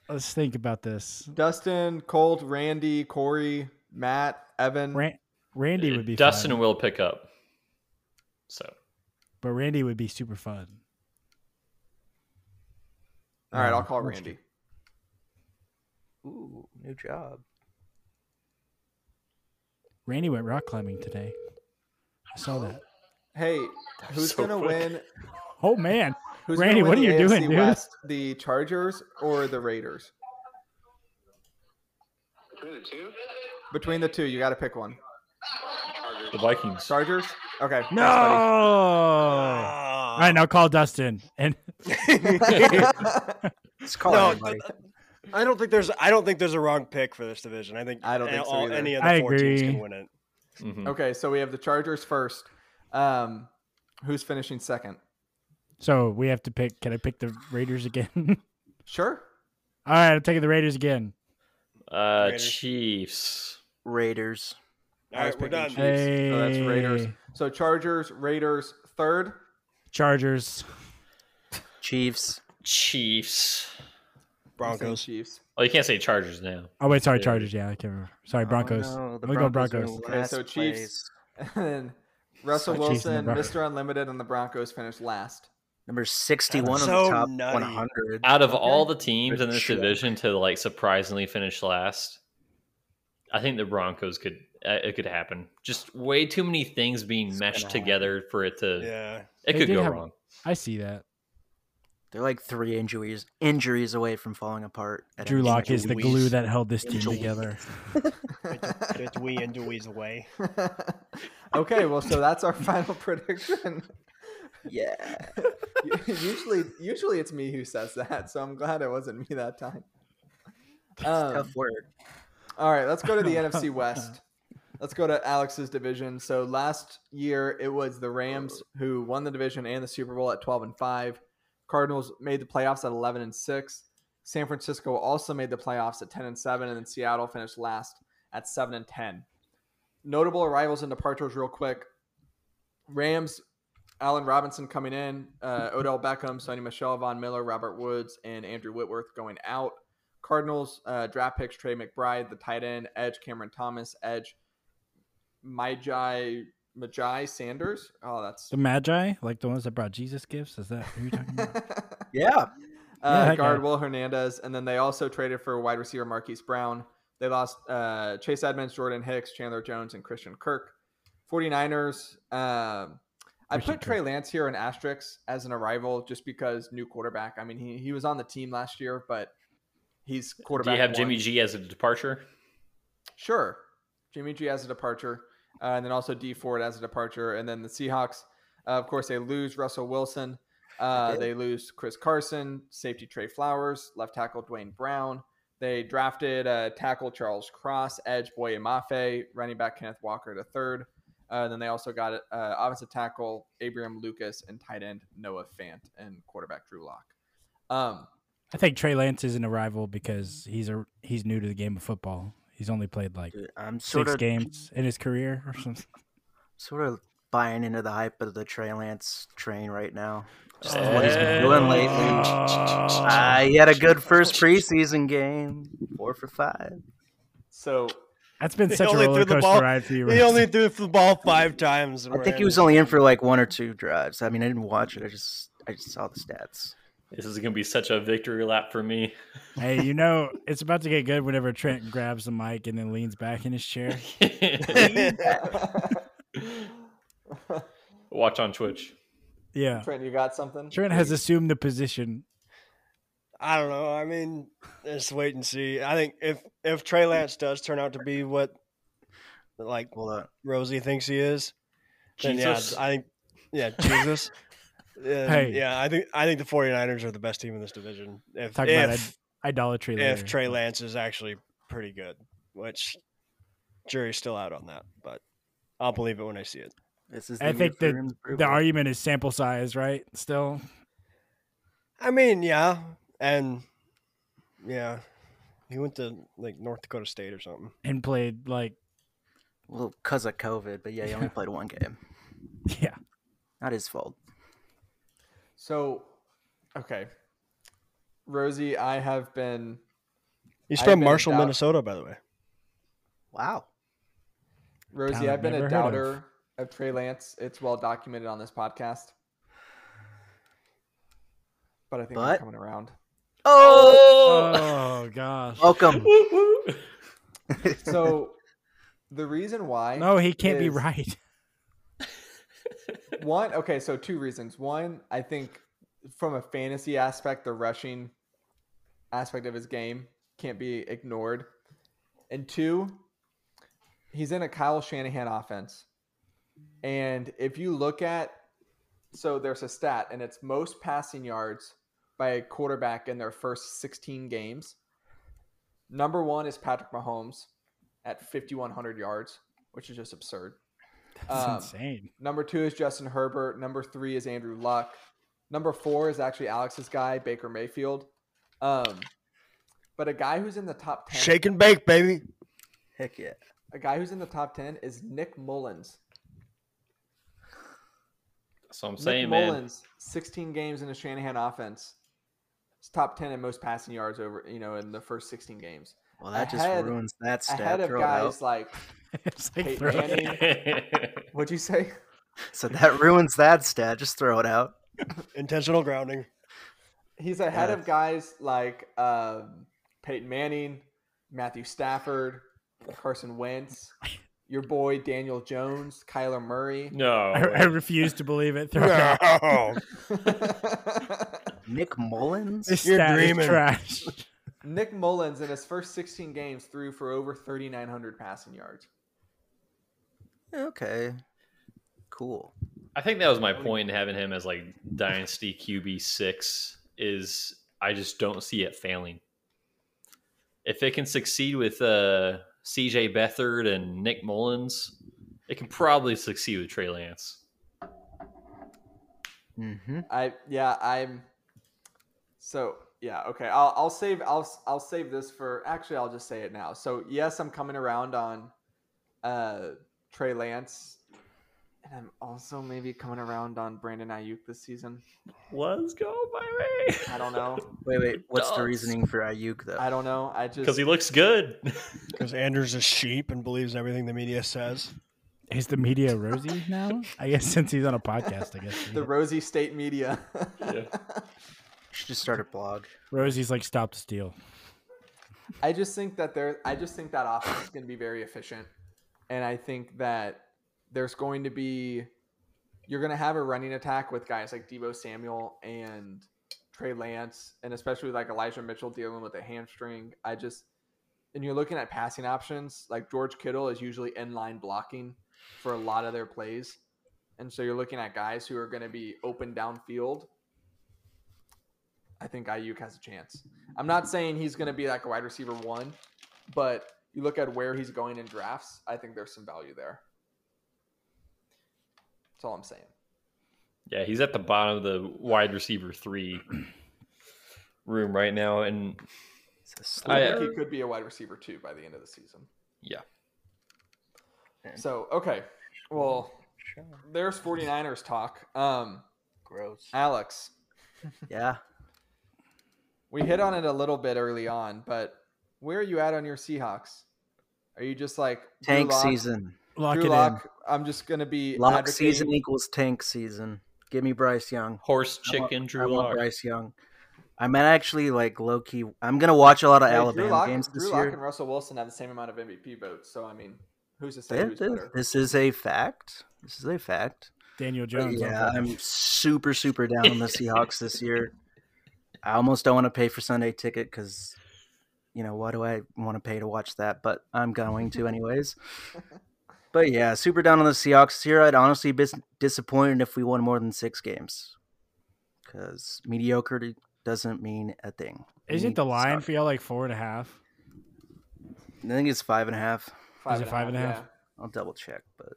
Speaker 4: Let's think about this.
Speaker 1: Dustin, Colt, Randy, Corey, Matt, Evan.
Speaker 4: Ran- Randy would be
Speaker 5: Uh, Dustin
Speaker 4: fun,
Speaker 5: will pick up. So
Speaker 4: but Randy would be super fun.
Speaker 1: All right, I'll call
Speaker 4: Oh, That's
Speaker 1: Randy.
Speaker 3: Ooh, new job.
Speaker 4: Randy went rock climbing today. I saw that.
Speaker 1: Hey, who's
Speaker 5: so
Speaker 1: gonna
Speaker 5: quick.
Speaker 1: win?
Speaker 4: Oh man,
Speaker 1: Who's
Speaker 4: Randy,
Speaker 1: gonna
Speaker 4: what
Speaker 1: win
Speaker 4: are you
Speaker 1: the
Speaker 4: doing,
Speaker 1: AFC
Speaker 4: dude?
Speaker 1: West, the Chargers or the Raiders?
Speaker 6: Between the two?
Speaker 1: Between the two, you got to pick one.
Speaker 5: The Vikings.
Speaker 1: Chargers. Okay.
Speaker 4: no! All right, now call Dustin. And
Speaker 3: It's called
Speaker 2: No,
Speaker 3: everybody.
Speaker 2: th- I don't think there's. I don't think there's a wrong pick for this division. I think.
Speaker 1: I don't think so
Speaker 2: all,
Speaker 1: either.
Speaker 2: any of the
Speaker 4: I
Speaker 2: four teams
Speaker 4: agree.
Speaker 2: can win it.
Speaker 5: Mhm.
Speaker 4: Mm-hmm.
Speaker 1: Okay, so we have the Chargers first. Um, who's finishing second?
Speaker 4: so we have to pick. Can I pick the Raiders again? All
Speaker 1: Sure.
Speaker 4: right, I'm taking the Raiders again.
Speaker 5: Uh,
Speaker 2: Raiders.
Speaker 5: Chiefs.
Speaker 3: Raiders.
Speaker 2: All
Speaker 1: I was
Speaker 2: right, we're
Speaker 1: picking
Speaker 2: done.
Speaker 1: Chiefs. So Oh, that's Raiders.
Speaker 4: Hey.
Speaker 1: So Chargers, Raiders, third.
Speaker 4: Chargers.
Speaker 3: Chiefs.
Speaker 5: Chiefs.
Speaker 1: I'm saying
Speaker 2: Broncos.
Speaker 1: Chiefs.
Speaker 5: Oh, you can't say Chargers now.
Speaker 4: Oh wait, sorry,
Speaker 5: Yeah.
Speaker 4: Chargers. Yeah, I can't remember. Sorry, Broncos.
Speaker 3: Oh, no, the
Speaker 4: Let me go
Speaker 3: Broncos are in
Speaker 4: Broncos.
Speaker 1: Okay,
Speaker 3: last
Speaker 1: so Chiefs.
Speaker 3: place.
Speaker 1: And then Russell
Speaker 4: Sorry, Chiefs
Speaker 1: Wilson,
Speaker 4: and the Broncos.
Speaker 1: Mr. Unlimited, and the Broncos finished last.
Speaker 3: Number 61 on
Speaker 2: So
Speaker 3: the top
Speaker 2: nutty.
Speaker 3: 100.
Speaker 5: Out of all the teams in this
Speaker 3: Sure.
Speaker 5: division to like surprisingly finish last, I think the Broncos could. Uh, it could happen. Just way too many things being
Speaker 3: It's gonna
Speaker 5: meshed together for it to.
Speaker 2: Yeah.
Speaker 5: It
Speaker 4: They
Speaker 5: could
Speaker 4: did
Speaker 5: go
Speaker 4: have-
Speaker 5: wrong.
Speaker 4: I see that.
Speaker 3: They're like three injuries injuries away from falling apart. at
Speaker 4: Drew
Speaker 3: any
Speaker 4: Lock
Speaker 3: given
Speaker 4: is the
Speaker 3: week.
Speaker 4: glue that held this team
Speaker 3: Angel.
Speaker 4: together.
Speaker 2: It's we and Dewey's away.
Speaker 1: okay, well, so that's our final prediction.
Speaker 3: Yeah.
Speaker 1: usually, usually it's me who says that, so I'm glad it wasn't me that time. Um,
Speaker 3: Tough word.
Speaker 1: All right, let's go to the NFC West. Let's go to Alex's division. So last year it was the Rams who won the division and the Super Bowl at 12 and 5. Cardinals made the playoffs at 11 and 6. San Francisco also made the playoffs at 10 and 7 and then Seattle finished last at 7 and 10. Notable arrivals and departures real quick. Rams Allen Robinson coming in, uh, Odell Beckham, Sonny Michelle, Von Miller, Robert Woods, and Andrew Whitworth going out. Cardinals uh, draft picks Trey McBride, the tight end, Edge Cameron Thomas, Edge Magi Magi Sanders. Oh, that's
Speaker 4: The Magi, like the ones that brought Jesus gifts, is that who you're talking about?
Speaker 3: Yeah.
Speaker 1: uh,
Speaker 4: that guy.
Speaker 1: guard Will Hernandez, and then they also traded for wide receiver Marquise Brown. They lost uh, Chase Edmonds, Jordan Hicks, Chandler Jones, and Christian Kirk. 49ers. Um, I
Speaker 4: Christian
Speaker 1: put Trey
Speaker 4: Kirk.
Speaker 1: Lance here in asterisks as an arrival just because new quarterback. I mean, he, he was on the team last year, but he's
Speaker 5: Do
Speaker 1: quarterback.
Speaker 5: you have
Speaker 1: one.
Speaker 5: Jimmy G as a departure?
Speaker 1: Sure. Jimmy G has a departure, uh, and then also D Ford as a departure, and then the Seahawks, uh, of course, they lose Russell Wilson. Uh, they lose Chris Carson, safety Trey Flowers, left tackle Dwayne Brown. They drafted uh, tackle Charles Cross, edge Boye Mafe, running back Kenneth Walker to third. Uh, then they also got uh, offensive tackle Abraham Lucas and tight end Noah Fant and quarterback Drew Lock. Um,
Speaker 4: I think Trey Lance is an arrival because he's a he's new to the game of football. He's only played like
Speaker 3: Dude, I'm sort
Speaker 4: six
Speaker 3: of
Speaker 4: games in his career or something.
Speaker 3: sort of buying into the hype of the Trey Lance train right now. Just
Speaker 5: Oh.
Speaker 3: what he's been doing lately.
Speaker 4: Ah.
Speaker 3: Uh, he had a good first preseason game, four for five.
Speaker 1: so
Speaker 4: That's been
Speaker 2: He
Speaker 4: such a
Speaker 2: only threw
Speaker 4: roller
Speaker 2: the
Speaker 4: coaster
Speaker 2: ball-
Speaker 4: ride for you.
Speaker 2: He
Speaker 4: Ramsey.
Speaker 2: only threw the ball five times. and
Speaker 3: I
Speaker 2: we're
Speaker 3: think he
Speaker 2: in.
Speaker 3: was only in for like one or two drives. I mean, I didn't watch it. I just I just saw the stats.
Speaker 5: This is going to be such a victory lap for me.
Speaker 4: hey, you know it's about to get good whenever Trent grabs the mic and then leans back in his chair.
Speaker 5: Watch on Twitch.
Speaker 4: Yeah,
Speaker 1: Trent, you got something?
Speaker 4: Trent has assumed the position.
Speaker 2: I don't know. I mean, just wait and see. I think if if Trey Lance does turn out to be what like
Speaker 3: Hold on.
Speaker 2: Rosie thinks he is, then
Speaker 5: Jesus.
Speaker 2: yeah, I think yeah, Jesus. Yeah,
Speaker 4: Hey.
Speaker 2: Yeah, I think I think the 49ers are the best team in this division. If
Speaker 4: Talk about
Speaker 2: if,
Speaker 4: Idolatry.
Speaker 2: if
Speaker 4: later.
Speaker 2: Trey Lance is actually pretty good, which jury's still out on that, but I'll believe it when I see it.
Speaker 3: This is. The
Speaker 4: I think
Speaker 3: the,
Speaker 4: that the argument is sample size, right? Still,
Speaker 2: I mean, yeah, and yeah, he went to like North Dakota State or something.
Speaker 4: and played like
Speaker 3: well, cause of COVID, but yeah, he only played one game.
Speaker 4: yeah.
Speaker 3: Not his fault.
Speaker 1: So, okay. Rosie, I have been.
Speaker 2: He's
Speaker 1: I've
Speaker 2: from
Speaker 1: been
Speaker 2: Marshall,
Speaker 1: doubt-
Speaker 2: Minnesota, by the way.
Speaker 3: Wow.
Speaker 1: Rosie,
Speaker 4: Town
Speaker 1: I've been a
Speaker 4: I've never heard of.
Speaker 1: doubter of. Trey Lance. It's well documented on this podcast. But I think I'm
Speaker 3: But?
Speaker 1: coming around.
Speaker 3: Oh,
Speaker 4: Oh gosh.
Speaker 3: welcome.
Speaker 1: So the reason why
Speaker 4: No, he can't be
Speaker 1: is-
Speaker 4: right.
Speaker 1: one okay so two reasons one i think from a fantasy aspect the rushing aspect of his game can't be ignored and two he's in a kyle shanahan offense and if you look at so there's a stat and it's most passing yards by a quarterback in their first 16 games number one is patrick mahomes at 5100 yards which is just absurd
Speaker 4: That's
Speaker 1: Um,
Speaker 4: insane.
Speaker 1: Number two is Justin Herbert. Number three is Andrew Luck. Number four is actually Alex's guy, Baker Mayfield. Um, but a guy who's in the top ten,
Speaker 2: Shake and bake, baby.
Speaker 3: Heck yeah.
Speaker 1: a guy who's in the top ten is Nick Mullins.
Speaker 5: so I'm saying,
Speaker 1: Nick
Speaker 5: man,
Speaker 1: Mullins, sixteen games in the Shanahan offense. He's top ten in most passing yards over, you know, in the first sixteen games.
Speaker 3: Well, that
Speaker 1: Ahead-
Speaker 3: just ruins that
Speaker 1: Ahead
Speaker 3: stat.
Speaker 1: of
Speaker 3: Throw it out.
Speaker 1: guys like,
Speaker 4: it's like
Speaker 1: Peyton
Speaker 4: throw it-
Speaker 1: Manning. what'd you say?
Speaker 3: So that ruins that stat. Just throw it out.
Speaker 2: Intentional grounding.
Speaker 1: He's ahead
Speaker 3: Yeah.
Speaker 1: of guys like um, Peyton Manning, Matthew Stafford, Carson Wentz, your boy Daniel Jones, Kyler Murray.
Speaker 5: no,
Speaker 4: I, I refuse to believe it. Throw it out.
Speaker 2: No.
Speaker 3: Nick Mullins.
Speaker 4: This
Speaker 2: You're
Speaker 4: stat
Speaker 2: dreaming.
Speaker 4: is trash.
Speaker 1: Nick Mullins in his first 16 games threw for over 3,900 passing yards.
Speaker 3: Okay. Cool.
Speaker 5: I think that was my point in having him as like dynasty QB six is I just don't see it failing. If it can succeed with uh, CJ Beathard and Nick Mullins, it can probably succeed with Trey Lance.
Speaker 3: Mm-hmm.
Speaker 1: I yeah I'm so yeah okay I'll I'll save I'll s- I'll save this for actually I'll just say it now. So yes, I'm coming around on uh Trey Lance, and I'm also maybe coming around on Brandon Ayuk this season.
Speaker 5: Let's go my way.
Speaker 1: I don't know.
Speaker 3: Wait, wait. What's the
Speaker 5: Dogs.
Speaker 3: reasoning for Ayuk though?
Speaker 1: I don't know. I just
Speaker 5: Because he looks good.
Speaker 2: Because Andrew's a sheep and believes everything the media says.
Speaker 4: Is the media rosy now? I guess since he's on a podcast, I guess
Speaker 1: the Rosy State Media.
Speaker 3: should just start a blog.
Speaker 4: Rosie's like stop the steal.
Speaker 1: I just think that there. I just think that offense is going to be very efficient, and I think that there's going to be you're going to have a running attack with guys like Debo Samuel and Trey Lance, and especially like Elijah Mitchell dealing with a hamstring. I just and you're looking at passing options like George Kittle is usually in line blocking for a lot of their plays, and so you're looking at guys who are going to be open downfield. I think Ayuk has a chance. I'm not saying he's going to be like a wide receiver one, but you look at where he's going in drafts. I think there's some value there. That's all I'm saying.
Speaker 5: Yeah, he's at the bottom of the wide receiver three room right now, and
Speaker 3: It's a
Speaker 1: I
Speaker 5: I-
Speaker 3: sleeper.
Speaker 1: think he could be a wide receiver two by the end of the season.
Speaker 5: Yeah.
Speaker 3: Okay.
Speaker 1: So okay, well
Speaker 3: Sure.
Speaker 1: there's 49ers talk. Um,
Speaker 3: Gross.
Speaker 1: Alex,
Speaker 3: Yeah.
Speaker 1: we hit on it a little bit early on, but where are you at on your Seahawks? Are you just like Drew
Speaker 3: Tank
Speaker 1: Lock-
Speaker 3: season.
Speaker 4: Lock
Speaker 1: Drew
Speaker 4: it
Speaker 1: Lock, I'm just gonna be
Speaker 3: Lock
Speaker 1: advocating-
Speaker 3: season equals tank season. Give me Bryce Young.
Speaker 5: horse
Speaker 3: I want-
Speaker 5: chicken
Speaker 3: I
Speaker 5: Drew
Speaker 3: want
Speaker 5: Lock.
Speaker 3: Bryce Young. I'm actually like low key. I'm gonna watch a lot of
Speaker 1: Hey,
Speaker 3: Alabama
Speaker 1: Drew Lock,
Speaker 3: games
Speaker 1: Drew
Speaker 3: this
Speaker 1: Lock
Speaker 3: year.
Speaker 1: and Russell Wilson have the same amount of MVP votes, so I mean, who's to say
Speaker 3: Th-
Speaker 1: who's
Speaker 3: th-
Speaker 1: better?
Speaker 3: This is a fact. This is a fact.
Speaker 4: in. Daniel
Speaker 3: But
Speaker 4: Jones.
Speaker 3: yeah,
Speaker 4: okay.
Speaker 3: I'm super super down on the Seahawks this year. I almost don't want to pay for Sunday ticket because, you know, why do I want to pay to watch that? But I'm going to anyways. But yeah, super down on the Seahawks this year. I'd honestly be disappointed if we won more than six games, because mediocrity doesn't mean a thing. We
Speaker 4: Isn't
Speaker 3: need
Speaker 4: the
Speaker 3: to
Speaker 4: line
Speaker 3: suck.
Speaker 4: for y'all like four and a half?
Speaker 3: I think it's five and a half.
Speaker 4: Is it five and a half?
Speaker 3: I'll double check, but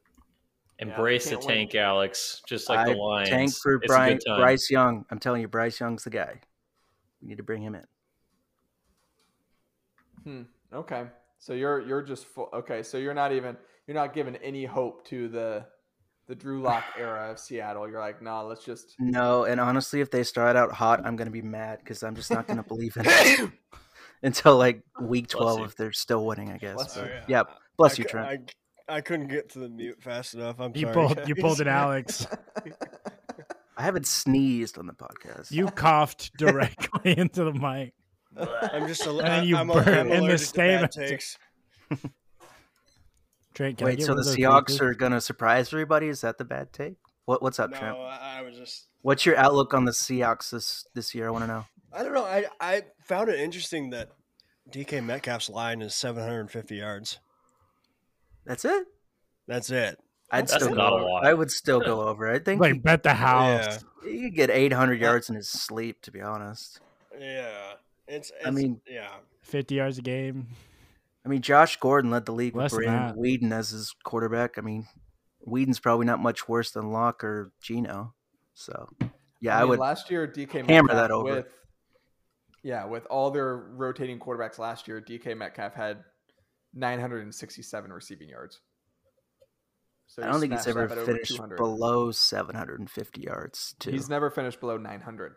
Speaker 5: Embrace
Speaker 1: Yeah,
Speaker 5: the
Speaker 1: can't win.
Speaker 5: tank, Alex. Just like
Speaker 3: I
Speaker 5: the Lions.
Speaker 3: tank for
Speaker 5: It's a
Speaker 3: Bryce,
Speaker 5: good time.
Speaker 3: Bryce Young. I'm telling you, Bryce Young's the guy. We need to bring him in.
Speaker 1: yeah. Hmm. Okay. So you're you're just full, okay. So you're not even you're not giving any hope to the the Drew Lock era of Seattle. You're like, nah, let's just
Speaker 3: No, and honestly, if they start out hot, I'm gonna be mad because I'm just not gonna believe in it until like week
Speaker 5: Bless
Speaker 3: 12
Speaker 5: you.
Speaker 3: if they're still winning. I guess.
Speaker 1: Bless
Speaker 2: Oh,
Speaker 3: but-
Speaker 2: yeah.
Speaker 3: Yep. Bless
Speaker 2: I
Speaker 3: you,
Speaker 2: cou-
Speaker 3: Trent.
Speaker 2: I, I couldn't get to the mute fast enough. I'm
Speaker 4: You
Speaker 2: sorry.
Speaker 4: pulled you pulled
Speaker 2: guys.
Speaker 4: an Alex.
Speaker 3: I haven't sneezed on the podcast.
Speaker 4: You coughed directly into the mic.
Speaker 2: I'm just a,
Speaker 4: And then
Speaker 2: I-
Speaker 4: you
Speaker 2: I'm a,
Speaker 4: burn
Speaker 2: I'm
Speaker 4: in the
Speaker 2: allergic to bad
Speaker 4: statement.
Speaker 2: takes.
Speaker 4: Drake, can I
Speaker 3: Wait,
Speaker 4: get
Speaker 3: so
Speaker 4: one
Speaker 3: the
Speaker 4: of those
Speaker 3: Seahawks
Speaker 4: beakers?
Speaker 3: are gonna surprise everybody? Is that the bad take? What What's up,
Speaker 2: No,
Speaker 3: Trent?
Speaker 2: I, I was just
Speaker 3: What's your outlook on the Seahawks this this year? I want to know.
Speaker 2: I don't know. I I found it interesting that DK Metcalf's line is 750 yards.
Speaker 3: That's it.
Speaker 2: That's it.
Speaker 3: I'd
Speaker 5: That's
Speaker 3: still
Speaker 5: not
Speaker 3: go
Speaker 5: a
Speaker 3: over.
Speaker 5: lot.
Speaker 3: I would still go over. I think
Speaker 4: like bet the house.
Speaker 3: he, he could get 800 yards in his sleep. To be honest,
Speaker 2: Yeah. It's,
Speaker 3: I
Speaker 2: it's-
Speaker 3: mean-
Speaker 2: yeah.
Speaker 4: 50 yards a game.
Speaker 3: I mean Josh Gordon led the league
Speaker 4: Less
Speaker 3: with
Speaker 4: than
Speaker 3: Brandon
Speaker 4: that.
Speaker 3: Whedon as his quarterback. I mean, Whedon's probably not much worse than Locke or Gino. So, yeah, I,
Speaker 1: mean,
Speaker 3: would.
Speaker 1: Last year, DK
Speaker 3: hammer
Speaker 1: Metcalf
Speaker 3: that over.
Speaker 1: With, yeah, with all their rotating quarterbacks last year, DK Metcalf had 967 receiving yards. So
Speaker 3: I
Speaker 1: he
Speaker 3: don't think he's
Speaker 1: smashed
Speaker 3: ever
Speaker 1: that at over
Speaker 3: finished
Speaker 1: 200.
Speaker 3: below 750 yards. Too.
Speaker 1: He's never finished below 900.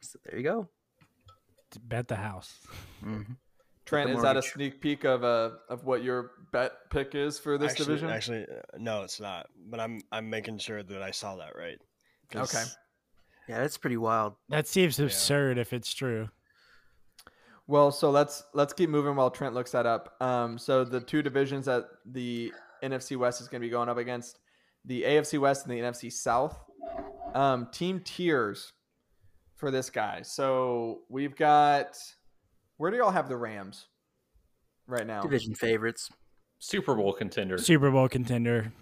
Speaker 3: So there you go.
Speaker 4: Bet the house.
Speaker 3: Mhm.
Speaker 1: Trent,
Speaker 3: the
Speaker 1: is that a
Speaker 3: mortgage.
Speaker 1: sneak peek of uh, of what your bet pick is for this
Speaker 2: actually,
Speaker 1: division?
Speaker 2: Actually, uh, no, it's not. But I'm I'm making sure that I saw that right. 'Cause
Speaker 1: Okay.
Speaker 3: Yeah, that's pretty wild.
Speaker 4: That seems absurd if it's true.
Speaker 1: Well, so let's let's keep moving while Trent looks that up. Um, so the two divisions that the NFC West is going to be going up against, the AFC West and the NFC South. Um, team tiers for this guy. So we've got. Where do y'all have the Rams right now?
Speaker 3: Division favorites.
Speaker 5: Super Bowl contender.
Speaker 4: Super Bowl contender.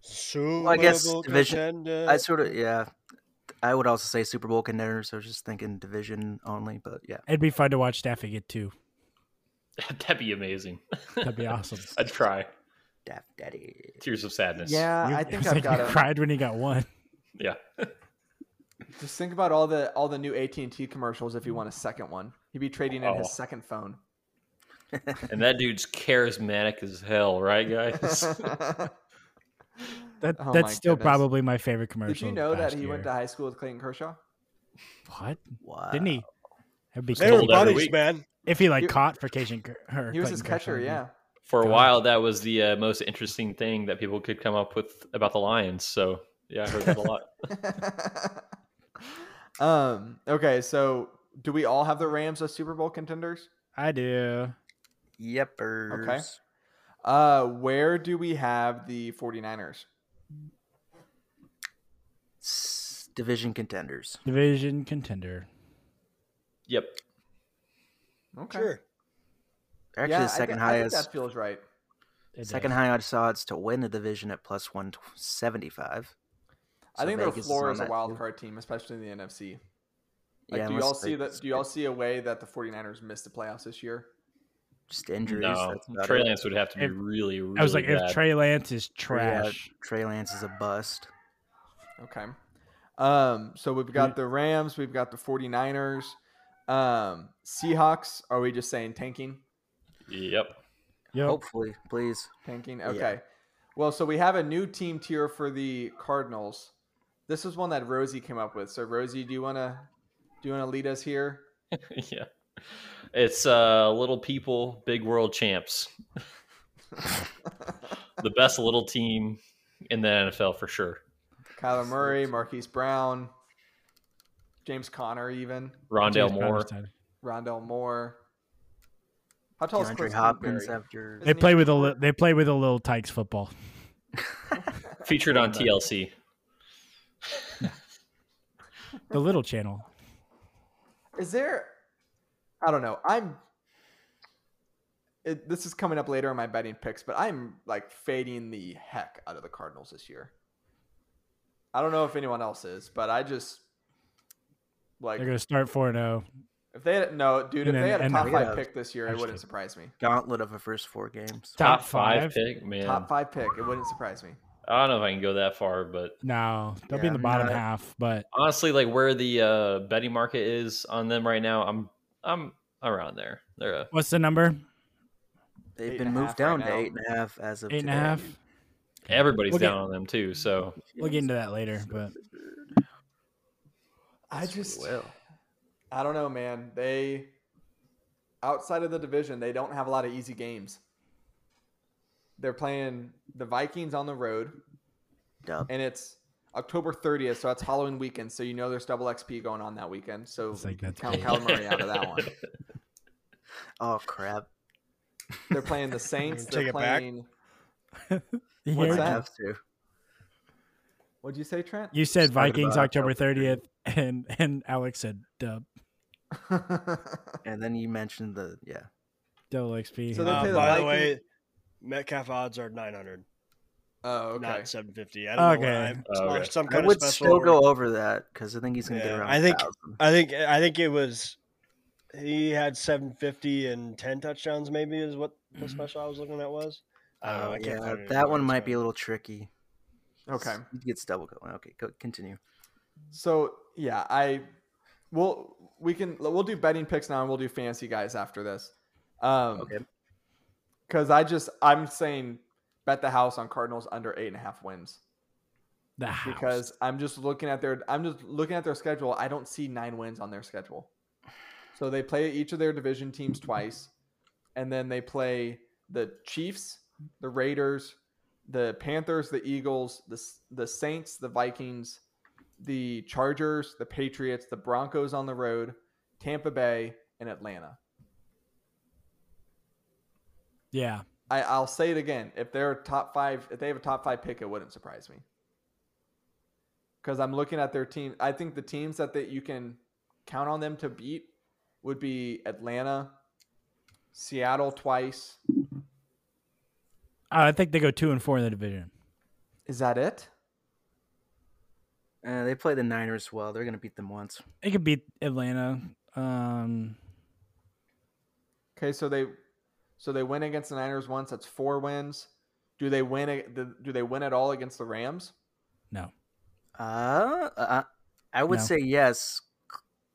Speaker 2: Super
Speaker 3: I guess
Speaker 2: Bowl
Speaker 3: division-
Speaker 2: contender.
Speaker 3: I sort of yeah. I would also say Super Bowl contender, so I was just thinking division only, but yeah.
Speaker 4: It'd be fun to watch Staffy get two.
Speaker 5: That'd be amazing.
Speaker 4: That'd be awesome.
Speaker 5: I'd cry.
Speaker 3: Daff Daddy.
Speaker 5: Tears of sadness.
Speaker 1: Yeah,
Speaker 4: You-
Speaker 1: Uh, I
Speaker 4: it
Speaker 1: think
Speaker 4: was
Speaker 1: I've
Speaker 4: like
Speaker 1: got
Speaker 4: you
Speaker 1: it.
Speaker 4: cried when he got one.
Speaker 5: Yeah.
Speaker 1: Just think about all the all the new AT and T commercials. If you want a second one, he'd be trading in
Speaker 5: Oh.
Speaker 1: his second phone.
Speaker 5: And that dude's charismatic as hell, right, guys?
Speaker 4: That
Speaker 1: Oh my
Speaker 4: that's still
Speaker 1: goodness.
Speaker 4: probably my favorite commercial.
Speaker 1: Did you know that
Speaker 4: last
Speaker 1: he
Speaker 4: year.
Speaker 1: went to high school with Clayton Kershaw?
Speaker 4: what?
Speaker 3: Wow.
Speaker 4: Didn't he?
Speaker 1: Uh,
Speaker 4: That'd be
Speaker 2: they
Speaker 4: cool.
Speaker 2: were
Speaker 5: Told every
Speaker 2: buddies,
Speaker 5: week.
Speaker 2: man.
Speaker 4: if he like
Speaker 1: He-
Speaker 4: caught for Cajun Ker- or
Speaker 1: He was
Speaker 4: Clayton
Speaker 1: his catcher.
Speaker 4: Kershaw,
Speaker 1: Yeah.
Speaker 5: For a
Speaker 4: God.
Speaker 5: while, that was the uh, most interesting thing that people could come up with about the Lions. So, yeah, I heard that a lot.
Speaker 1: um. Okay. So, do we all have the Rams as Super Bowl contenders?
Speaker 4: I do.
Speaker 3: Yepers.
Speaker 1: Uh, where do we have the 49ers?
Speaker 3: S- division contenders.
Speaker 4: Division contender.
Speaker 5: Yep.
Speaker 1: Okay.
Speaker 2: Sure.
Speaker 3: They're Actually,
Speaker 1: Yeah, I
Speaker 3: the
Speaker 1: thi-
Speaker 3: second
Speaker 1: I think
Speaker 3: highest.
Speaker 1: that feels right.
Speaker 4: It
Speaker 3: Second
Speaker 4: does.
Speaker 3: highest odds to win the division at plus one seventy five.
Speaker 1: I think their floor is a wild card team, especially in the NFC. Like, do y'all see that? Do y'all see a way that the 49ers missed the playoffs this year?
Speaker 3: just injuries?
Speaker 5: no,
Speaker 3: that's about
Speaker 5: Trey
Speaker 3: it.
Speaker 5: Lance would have to be
Speaker 4: If-
Speaker 5: really, really
Speaker 4: I was like,
Speaker 5: bad.
Speaker 4: if Trey Lance is
Speaker 3: Yeah,
Speaker 4: trash,
Speaker 3: Trey Lance is a bust.
Speaker 1: Okay. Um, so we've got the Rams, we've got the 49ers. Um, Seahawks, are we just saying tanking?
Speaker 5: Yep.
Speaker 4: Yep.
Speaker 3: Hopefully, please.
Speaker 1: Tanking. Okay. Well, so we have a new team tier for the Cardinals. This is one that Rosie came up with. So Rosie, do you wanna do you wanna lead us here?
Speaker 5: yeah. It's uh, little people, big world champs. the best little team in the NFL for sure.
Speaker 1: Kyler Murray, Marquise Brown, James Connor, even
Speaker 5: Rondell
Speaker 4: James
Speaker 5: Moore.
Speaker 4: Palestine.
Speaker 1: Rondell Moore. How tall is
Speaker 3: DeAndre
Speaker 1: Clifton
Speaker 3: Hopkins
Speaker 1: Berry?
Speaker 3: after
Speaker 4: They
Speaker 1: Isn't he
Speaker 4: play with a
Speaker 1: short?
Speaker 4: li- they play with a little Tykes football.
Speaker 5: Featured on TLC.
Speaker 4: The little channel.
Speaker 1: Is there? I don't know. I'm. It, this is coming up later in my betting picks, but I'm like fading the heck out of the Cardinals this year. I don't know if anyone else is, but I just like
Speaker 4: They're gonna start four and oh. zero.
Speaker 1: if they had no dude. If
Speaker 4: And
Speaker 1: they
Speaker 4: then-
Speaker 1: had a
Speaker 4: and-
Speaker 1: top
Speaker 3: Yeah.
Speaker 1: five pick this year,
Speaker 4: I
Speaker 1: it
Speaker 4: just
Speaker 1: wouldn't
Speaker 4: did.
Speaker 1: surprise me.
Speaker 3: gauntlet of the first four games.
Speaker 4: Top five.
Speaker 5: pick, man.
Speaker 1: Top five pick, it wouldn't surprise me.
Speaker 5: I don't know if I can go that far, but
Speaker 4: No, they'll be
Speaker 3: Yeah,
Speaker 4: in the
Speaker 3: I'm
Speaker 4: bottom
Speaker 3: not-
Speaker 4: half. But
Speaker 5: honestly, like where the uh, betting market is on them right now, I'm I'm around there. They're uh, a,
Speaker 4: what's the number?
Speaker 3: They've
Speaker 1: Eight
Speaker 3: been
Speaker 1: and a half
Speaker 3: moved
Speaker 1: right
Speaker 3: down
Speaker 1: now.
Speaker 3: to eight and a half as of
Speaker 4: Eight and a
Speaker 3: today.
Speaker 4: half.
Speaker 5: everybody's
Speaker 4: We'll get-
Speaker 5: down on them too. So
Speaker 4: We'll get into that later. But
Speaker 1: I just,
Speaker 3: will.
Speaker 1: I don't know, man. They outside of the division, they don't have a lot of easy games. They're playing the Vikings on the road.
Speaker 3: Dub.
Speaker 1: and it's October 30th, so that's Halloween weekend. So you know there's double XP going on that weekend. So
Speaker 4: It's like
Speaker 1: you can
Speaker 4: that's
Speaker 1: count
Speaker 4: big.
Speaker 1: Cal Murray out of that one.
Speaker 3: Oh crap!
Speaker 1: They're playing the Saints.
Speaker 2: Take
Speaker 1: They're
Speaker 2: it back.
Speaker 1: playing.
Speaker 4: You
Speaker 1: What's
Speaker 4: heard-
Speaker 3: I
Speaker 1: that?
Speaker 3: have to.
Speaker 1: What'd you say, Trent?
Speaker 4: You said
Speaker 3: Started
Speaker 4: Vikings
Speaker 3: about
Speaker 4: October
Speaker 3: October
Speaker 4: 30th, and and Alex said dub
Speaker 3: And then you mentioned the yeah.
Speaker 4: double XP.
Speaker 1: So they
Speaker 2: Uh,
Speaker 1: play the
Speaker 2: by the
Speaker 1: Vikings-
Speaker 2: way, Metcalf odds are 900,
Speaker 1: oh, okay.
Speaker 2: not 750. I don't know.
Speaker 4: Okay.
Speaker 2: why. It's
Speaker 5: Okay.
Speaker 2: not Some
Speaker 3: I
Speaker 2: kind
Speaker 3: would
Speaker 2: of special.
Speaker 3: still go over that because I think he's gonna get
Speaker 2: Yeah,
Speaker 3: around.
Speaker 2: I think-
Speaker 3: 1,000.
Speaker 2: I think I think it was he had 750 and 10 touchdowns maybe is what the special I was looking at was. I don't know.
Speaker 3: Oh,
Speaker 2: I can't
Speaker 3: Mm-hmm. yeah,
Speaker 2: find it
Speaker 3: that one
Speaker 2: anywhere,
Speaker 3: might
Speaker 2: so-
Speaker 3: be a little tricky.
Speaker 1: Okay.
Speaker 3: He gets double going. Okay, go continue.
Speaker 1: So yeah, I we'll we can we'll do betting picks now and we'll do fancy guys after this. Um
Speaker 3: Okay.
Speaker 1: because I just I'm saying bet the house on Cardinals under eight and a half wins.
Speaker 4: the house.
Speaker 1: Because I'm just looking at their I'm just looking at their schedule. I don't see nine wins on their schedule. So they play each of their division teams twice, and then they play the Chiefs, the Raiders, the Panthers, the Eagles, the S- the Saints, the Vikings, the Chargers, the Patriots, the Broncos on the road, Tampa Bay, and Atlanta.
Speaker 4: yeah,
Speaker 1: I, I'll say it again. If they're top five, if they have a top five pick, it wouldn't surprise me. Because I'm looking at their team. I think the teams that that you can count on them to beat would be Atlanta, Seattle twice.
Speaker 4: I think they go two and four in the division.
Speaker 1: Is that it?
Speaker 3: Uh, they play the Niners well. They're gonna beat them once.
Speaker 4: They could beat Atlanta. Um,
Speaker 1: Okay, so they so they win against the Niners once. That's four wins. Do they win? a- Do do they win at all against the Rams?
Speaker 4: no,
Speaker 3: Uh, uh I would
Speaker 4: No.
Speaker 3: say yes.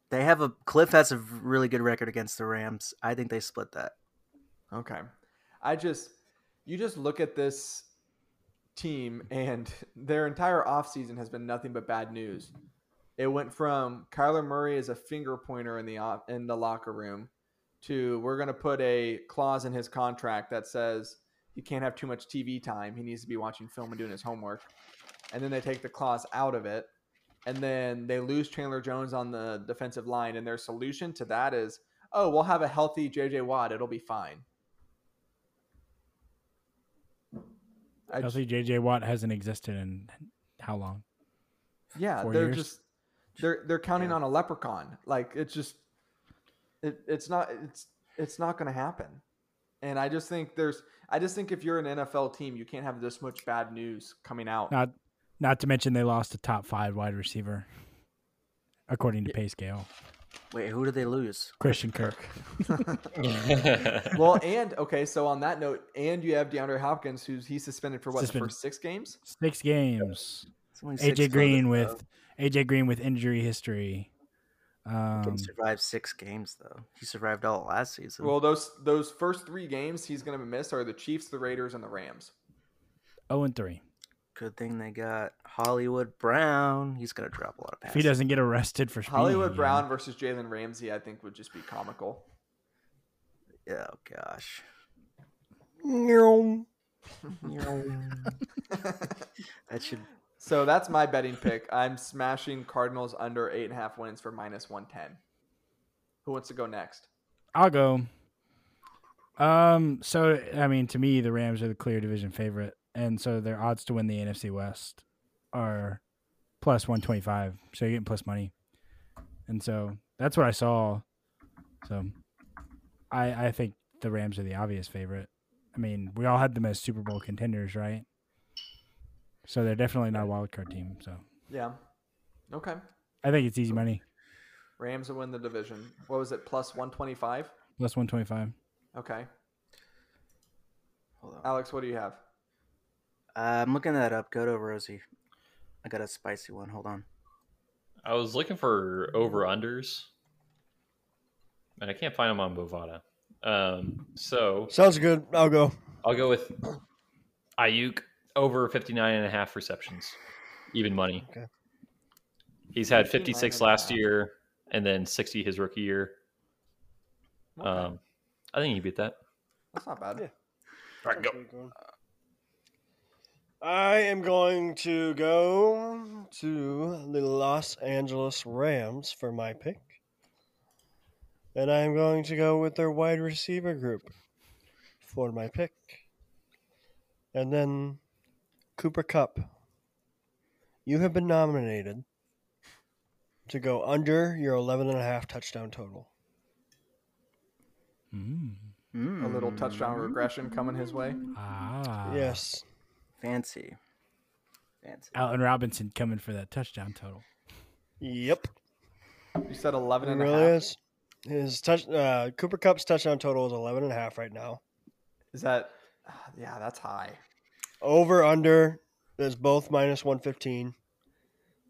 Speaker 3: They have a Cliff has a really good record against the Rams. I think they split that.
Speaker 1: Okay. I just you just look at this team and their entire offseason has been nothing but bad news. It went from Kyler Murray is a finger pointer in the off, in the locker room to we're going to put a clause in his contract that says he can't have too much TV time. He needs to be watching film and doing his homework. And then they take the clause out of it. And then they lose Chandler Jones on the defensive line. And their solution to that is oh, we'll have a healthy JJ Watt. It'll be fine. I-
Speaker 4: I see JJ Watt hasn't existed in how long?
Speaker 1: Yeah,
Speaker 4: Four
Speaker 1: they're
Speaker 4: years?
Speaker 1: just they're they're counting
Speaker 3: Yeah.
Speaker 1: on a leprechaun. Like it's just it, it's not it's it's not going to happen. And I just think there's I just think if you're an NFL team, you can't have this much bad news coming out.
Speaker 4: Not, not to mention they lost a top five wide receiver, according to pay scale.
Speaker 3: Wait, who did they lose?
Speaker 4: Christian Kirk.
Speaker 1: well, and okay, so on that note, and you have DeAndre Hopkins, who's he's suspended for what the
Speaker 4: Suspended.
Speaker 1: first six games.
Speaker 4: Six games.
Speaker 3: It's only six
Speaker 4: AJ
Speaker 3: games,
Speaker 4: Green
Speaker 3: though.
Speaker 4: with AJ Green with injury history.
Speaker 3: He
Speaker 4: Um,
Speaker 3: survived six games though. He survived all last season.
Speaker 1: Well, those those first three games he's going to miss are the Chiefs, the Raiders, and the Rams.
Speaker 4: zero oh and three.
Speaker 3: Good thing they got Hollywood Brown. He's gonna drop a lot of
Speaker 4: If
Speaker 3: passes.
Speaker 4: he doesn't get arrested for speeding
Speaker 1: Hollywood
Speaker 4: again.
Speaker 1: Brown versus Jalen Ramsey, I think, would just be comical.
Speaker 3: Yeah, Oh gosh. That should
Speaker 1: so that's my betting pick. I'm smashing Cardinals under eight and a half wins for minus one ten. Who wants to go next?
Speaker 4: I'll go. Um, so I mean, to me, the Rams are the clear division favorite, and so their odds to win the NFC West are plus one twenty five. So you're getting plus money, and so that's what I saw. So, I I think the Rams are the obvious favorite. I mean, we all had them as Super Bowl contenders, right? So they're definitely not a wild card team. So
Speaker 1: Yeah. Okay.
Speaker 4: I think it's easy money,
Speaker 1: Rams will win the division. What was it? Plus one twenty five.
Speaker 4: plus one twenty five.
Speaker 1: Okay.
Speaker 3: hold on.
Speaker 1: Alex, what do you have?
Speaker 3: Uh, I'm looking that up. Go to Rosie. I got a spicy one. Hold on.
Speaker 5: I was looking for over unders, and I can't find them on Bovada. Um, so
Speaker 2: Sounds good. I'll go.
Speaker 5: I'll go with Ayuk over 59 and a half receptions, even money.
Speaker 2: Okay.
Speaker 5: He's had
Speaker 1: 59
Speaker 5: 56
Speaker 1: and a
Speaker 5: last
Speaker 1: half.
Speaker 5: year and then 60 his rookie year.
Speaker 1: Okay.
Speaker 5: Um, I think he beat that.
Speaker 1: that's not bad.
Speaker 2: yeah.
Speaker 5: All right, go.
Speaker 2: I am going to go to the Los Angeles Rams for my pick. And I'm going to go with their wide receiver group for my pick. And then Cooper Cup. You have been nominated to go under your 11 and a half touchdown total.
Speaker 4: Mm.
Speaker 1: A
Speaker 3: Hmm,
Speaker 1: little touchdown regression coming his way.
Speaker 4: Ah.
Speaker 2: Yes.
Speaker 3: Fancy. Fancy.
Speaker 4: Allen Robinson coming for that touchdown total.
Speaker 2: Yep.
Speaker 1: You said 11
Speaker 2: It
Speaker 1: and a
Speaker 2: really
Speaker 1: half.
Speaker 2: is. His touch uh, Cooper Cup's touchdown total is 11 and a half right now.
Speaker 1: Is that? ah, Yeah, that's high.
Speaker 2: Over under is both minus 115.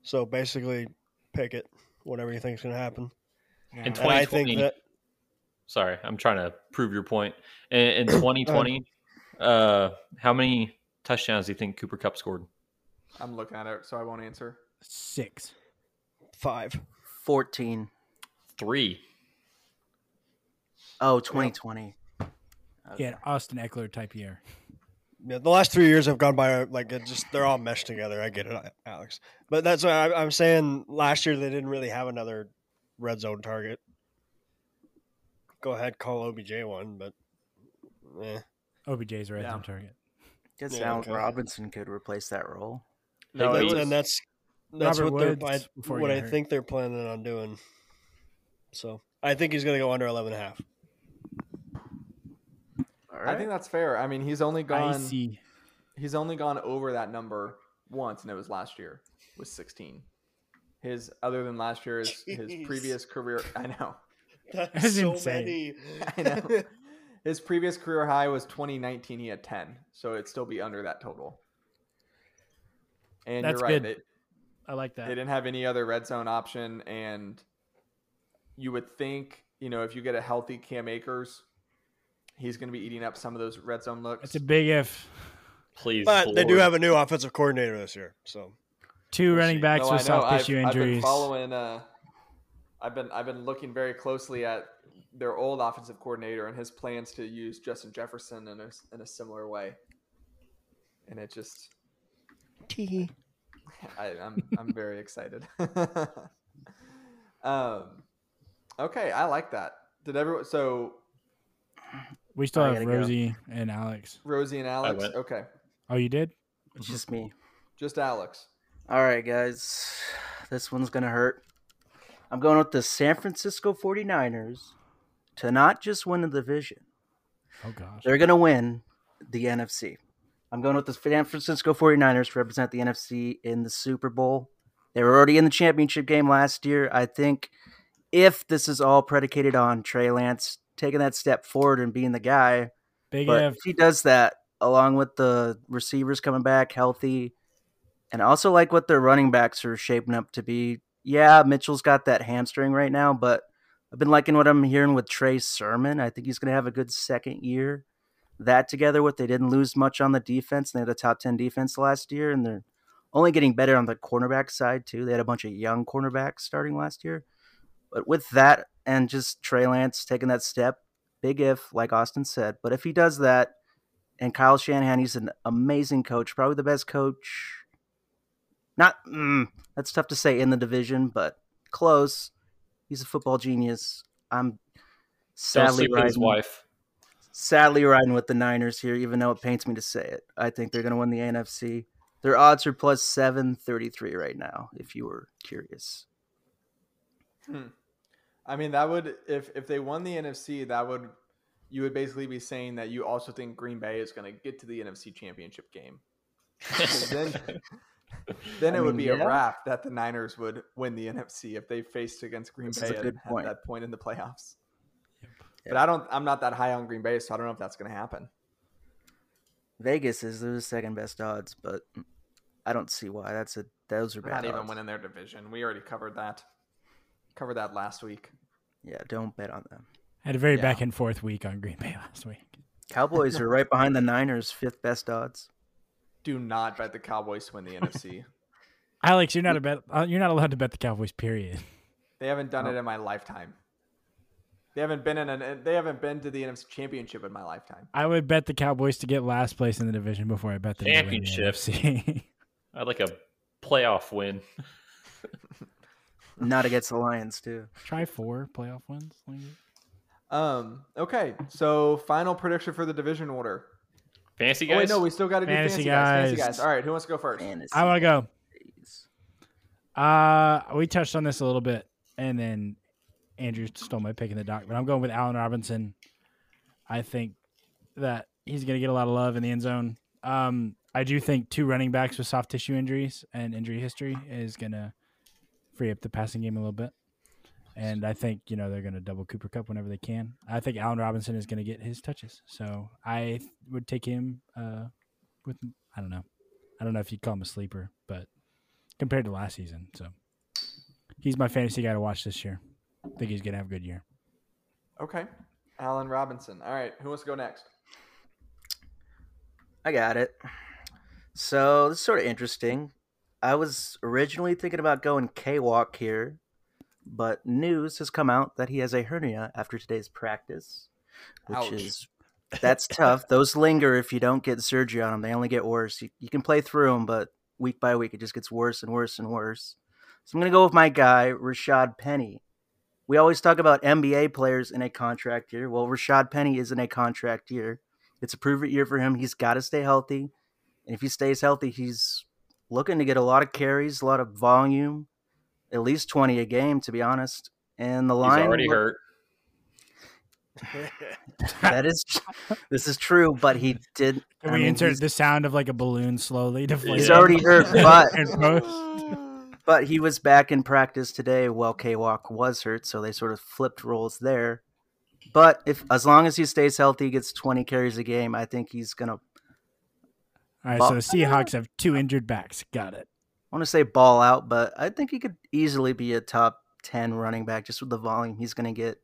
Speaker 2: So basically pick it whatever you think's going to happen.
Speaker 5: In
Speaker 2: And I
Speaker 5: 2020,
Speaker 2: think that
Speaker 5: sorry, I'm trying to prove your point. In, in 2020, uh, how many touchdowns do you think Cooper Cup scored?
Speaker 1: I'm looking at it, so I won't answer.
Speaker 4: Six.
Speaker 2: 5.
Speaker 3: 14.
Speaker 5: Three.
Speaker 3: Oh, 2020.
Speaker 4: He had Austin Eckler type year.
Speaker 2: Yeah, the last three years have gone by like it just they're all meshed together. I get it, Alex. But that's why I, I'm saying last year they didn't really have another red zone target. Go ahead, call OBJ one, but eh.
Speaker 4: OBJ's red
Speaker 1: Yeah.
Speaker 4: on target.
Speaker 3: Guess
Speaker 2: Yeah,
Speaker 3: Allen
Speaker 2: okay.
Speaker 3: Robinson could replace that role.
Speaker 1: No, it
Speaker 5: Hey,
Speaker 2: That's-
Speaker 5: Woods.
Speaker 1: was,
Speaker 2: and that's that's
Speaker 4: Robert
Speaker 2: what they're
Speaker 4: Woods
Speaker 2: I,
Speaker 4: before he
Speaker 2: what
Speaker 4: got
Speaker 2: I
Speaker 4: hurt.
Speaker 2: think they're planning on doing. So I think he's gonna go under 11 and a half.
Speaker 3: All
Speaker 1: I
Speaker 3: right.
Speaker 1: think that's fair. I mean, he's only
Speaker 4: I
Speaker 1: gone.
Speaker 4: see.
Speaker 1: He's only gone over that number once, and it was last year with 16. His other than last year is his
Speaker 2: Jeez.
Speaker 1: previous career. I know.
Speaker 4: That's so insane.
Speaker 1: I know. His previous career high was 2019. He had 10, so it'd still be under that total. And
Speaker 4: That's
Speaker 1: you're right.
Speaker 4: good.
Speaker 1: It,
Speaker 4: I like
Speaker 1: they
Speaker 4: that.
Speaker 1: didn't have any other red zone option, and you would think, you know, if you get a healthy Cam Akers, he's going to be eating up some of those red zone looks.
Speaker 4: That's a big if.
Speaker 5: Please,
Speaker 2: But they do
Speaker 5: Lord.
Speaker 2: have a new offensive coordinator this year, so
Speaker 4: Two
Speaker 5: We'll
Speaker 4: running
Speaker 5: see.
Speaker 4: backs
Speaker 1: No,
Speaker 4: with
Speaker 1: I know.
Speaker 4: soft
Speaker 1: I've-
Speaker 4: tissue
Speaker 1: I've,
Speaker 4: injuries.
Speaker 1: been following. Uh, I've been I've been looking very closely at their old offensive coordinator and his plans to use Justin Jefferson in a in a similar way, and it just. I, I'm I'm very excited. um, okay, I like that. Did everyone? So
Speaker 4: we still
Speaker 3: I
Speaker 4: have
Speaker 3: gotta go.
Speaker 4: Rosie and Alex.
Speaker 1: Rosie and Alex.
Speaker 5: went.
Speaker 1: Okay,
Speaker 4: Oh, you did?
Speaker 3: It's just me.
Speaker 1: just Alex.
Speaker 3: All right, guys. This one's going to hurt. I'm going with the San Francisco 49ers to not just win the division,
Speaker 4: Oh, gosh.
Speaker 3: they're going to win the NFC. I'm going with the San Francisco 49ers to represent the NFC in the Super Bowl. They were already in the championship game last year. I think if this is all predicated on Trey Lance taking that step forward and being the guy,
Speaker 4: Big
Speaker 3: But
Speaker 4: if.
Speaker 3: if he does that, along with the receivers coming back healthy, and I also like what their running backs are shaping up to be. Yeah, Mitchell's got that hamstring right now, but I've been liking what I'm hearing with Trey Sermon. I think he's going to have a good second year. That together with they didn't lose much on the defense, and they had a top 10 defense last year, and they're only getting better on the cornerback side, too. They had a bunch of young cornerbacks starting last year. But with that and just Trey Lance taking that step, big if, like Austin said. But if he does that, and Kyle Shanahan, he's an amazing coach, probably the best coach. Not mm, that's tough to say in the division, but close. He's a football genius. I'm
Speaker 5: Don't
Speaker 3: sadly
Speaker 5: sleep with his
Speaker 3: riding-
Speaker 5: wife.
Speaker 3: sadly riding with the Niners here, even though it pains me to say it. I think they're going to win the NFC. Their odds are plus 733 right now, if you were curious.
Speaker 1: I mean, that would if if they won the NFC, that would you would basically be saying that you also think Green Bay is going to get to the NFC Championship game. 'Cause then, then it
Speaker 3: I
Speaker 1: would
Speaker 3: mean,
Speaker 1: be
Speaker 3: yeah.
Speaker 1: a wrap that the Niners would win the NFC if they faced against Green
Speaker 3: This
Speaker 1: Bay
Speaker 3: is a
Speaker 1: at,
Speaker 3: good
Speaker 1: at
Speaker 3: point.
Speaker 1: that point in the playoffs.
Speaker 4: Yep.
Speaker 1: But I don't. I'm not that high on Green Bay, so I don't know if that's going to happen.
Speaker 3: Vegas is the second best odds, but I don't see why. That's a those are
Speaker 1: They're
Speaker 3: bad
Speaker 1: not even
Speaker 3: odds.
Speaker 1: winning their division. We already covered that. Covered that last week.
Speaker 3: Yeah, don't bet on them.
Speaker 4: Had a very
Speaker 1: Yeah.
Speaker 4: back and forth week on Green Bay last week.
Speaker 3: Cowboys are right behind the Niners, fifth best odds.
Speaker 1: Do not bet the Cowboys to win the NFC.
Speaker 4: Alex, you're not a bet. uh, You're not allowed to bet the Cowboys. Period.
Speaker 1: They haven't done
Speaker 3: Oh.
Speaker 1: it in my lifetime. They haven't been in an. They haven't been to the NFC Championship in my lifetime.
Speaker 4: I would bet the Cowboys to get last place in the division before I bet them
Speaker 5: Championship.
Speaker 4: To win the NFC.
Speaker 5: I'd like a playoff win.
Speaker 3: Not against the Lions too.
Speaker 4: Try four playoff wins. like-
Speaker 1: Um. Okay. So final prediction for the division order.
Speaker 5: Fancy
Speaker 1: Oh,
Speaker 5: guys.
Speaker 1: wait, no, we still got to do fancy,
Speaker 4: Fantasy
Speaker 1: guys. Fancy
Speaker 4: guys.
Speaker 1: guys. All right. Who wants to go first?
Speaker 3: Man, it's
Speaker 4: I want to go.
Speaker 3: days.
Speaker 4: Uh, we touched on this a little bit, and then Andrew stole my pick in the doc, but I'm going with Allen Robinson. I think that he's going to get a lot of love in the end zone. Um, I do think two running backs with soft tissue injuries and injury history is going to free up the passing game a little bit. And I think, you know, they're going to double Cooper Cup whenever they can. I think Allen Robinson is going to get his touches. So I would take him uh, with, I don't know. I don't know if you'd call him a sleeper, but compared to last season. So he's my fantasy guy to watch this year. I think he's gonna have a good year.
Speaker 1: Okay. Alan Robinson. All right. Who wants to go next?
Speaker 3: I got it. So this is sort of interesting. I was originally thinking about going K walk here, but news has come out that he has a hernia after today's practice, which
Speaker 1: Ouch.
Speaker 3: is that's tough. Those linger if you don't get surgery on them; they only get worse. You, you can play through them, but week by week it just gets worse and worse and worse. So I'm gonna go with my guy Rashad Penny. We always talk about NBA players in a contract year. Well, Rashad Penny is in a contract year. It's a prove it year for him. He's got to stay healthy. And if he stays healthy, he's looking to get a lot of carries, a lot of volume, at least 20 a game, to be honest. And the
Speaker 5: He's
Speaker 3: line
Speaker 5: already hurt.
Speaker 3: That is, this is true, but he did.
Speaker 4: Can
Speaker 3: I
Speaker 4: we
Speaker 3: mean,
Speaker 4: insert
Speaker 3: he's-
Speaker 4: the sound of like a balloon slowly deflating?
Speaker 3: He's already hurt, but
Speaker 4: In post.
Speaker 2: Uh,
Speaker 3: but he was back in practice today while K Walk was hurt, so they sort of flipped roles there. But if as long as he stays healthy, he gets 20 carries a game, I think he's gonna. I
Speaker 4: All right, so the Seahawks have two injured backs. Got it.
Speaker 3: want to say ball out, but I think he could easily be a top 10 running back just with the volume he's gonna get.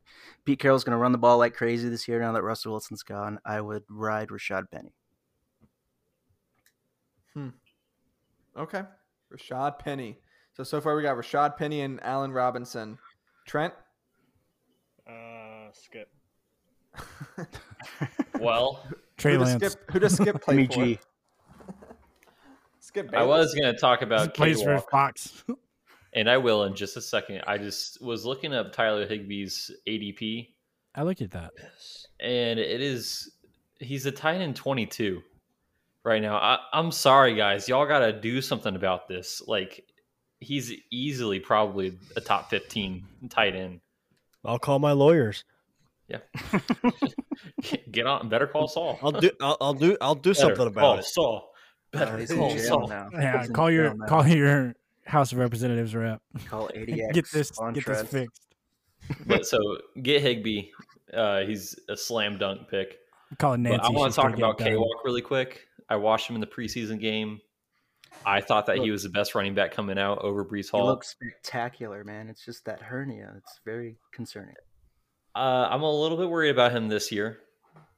Speaker 3: Pete Carroll's going to run the ball like crazy this year. Now that Russell Wilson's gone, I would ride Rashad Penny.
Speaker 1: Okay. Rashad Penny. So so far we got Rashad Penny and Alan Robinson. Trent.
Speaker 2: Uh, skip.
Speaker 5: Well,
Speaker 4: Trey
Speaker 1: who just
Speaker 4: Lance
Speaker 1: skipped- who just skipped play
Speaker 3: Penny
Speaker 1: for?
Speaker 3: G.
Speaker 1: Skip
Speaker 5: I
Speaker 1: Bayless.
Speaker 5: was going to talk about
Speaker 4: plays for
Speaker 5: uh, K-Walk,
Speaker 4: Fox.
Speaker 5: and I will in just a second. I just was looking up Tyler Higbee's ADP,
Speaker 4: I looked at that.
Speaker 5: and it is he's a tight end 22 right now. I, I'm sorry, guys. Y'all got to do something about this. Like, he's easily probably a top 15 tight end.
Speaker 2: I'll call my lawyers.
Speaker 5: Get on. Better call Saul.
Speaker 2: I'll do. I'll, I'll do. I'll do
Speaker 5: Better
Speaker 2: something
Speaker 5: call
Speaker 2: about it.
Speaker 5: Saul.
Speaker 3: Oh,
Speaker 5: Better
Speaker 3: he's in
Speaker 5: call
Speaker 3: jail
Speaker 5: Saul.
Speaker 3: now.
Speaker 4: Yeah,
Speaker 3: He's in
Speaker 4: call your
Speaker 3: jail now.
Speaker 4: call your House of Representatives rep.
Speaker 3: Call ADX.
Speaker 4: Get this
Speaker 3: on
Speaker 4: get this
Speaker 3: trust.
Speaker 4: fixed.
Speaker 5: But so get Higby. Uh, he's a slam dunk pick.
Speaker 4: Call
Speaker 5: But
Speaker 4: Nancy.
Speaker 5: I want
Speaker 4: she's
Speaker 5: to talk
Speaker 4: gonna get
Speaker 5: about
Speaker 4: done.
Speaker 5: K Walk really quick. I watched him in the preseason game. I thought that he was the best running back coming out over Brees
Speaker 3: He
Speaker 5: Hall.
Speaker 3: looks spectacular, man. It's just that hernia. It's very concerning.
Speaker 5: uh, I'm a little bit worried about him this year,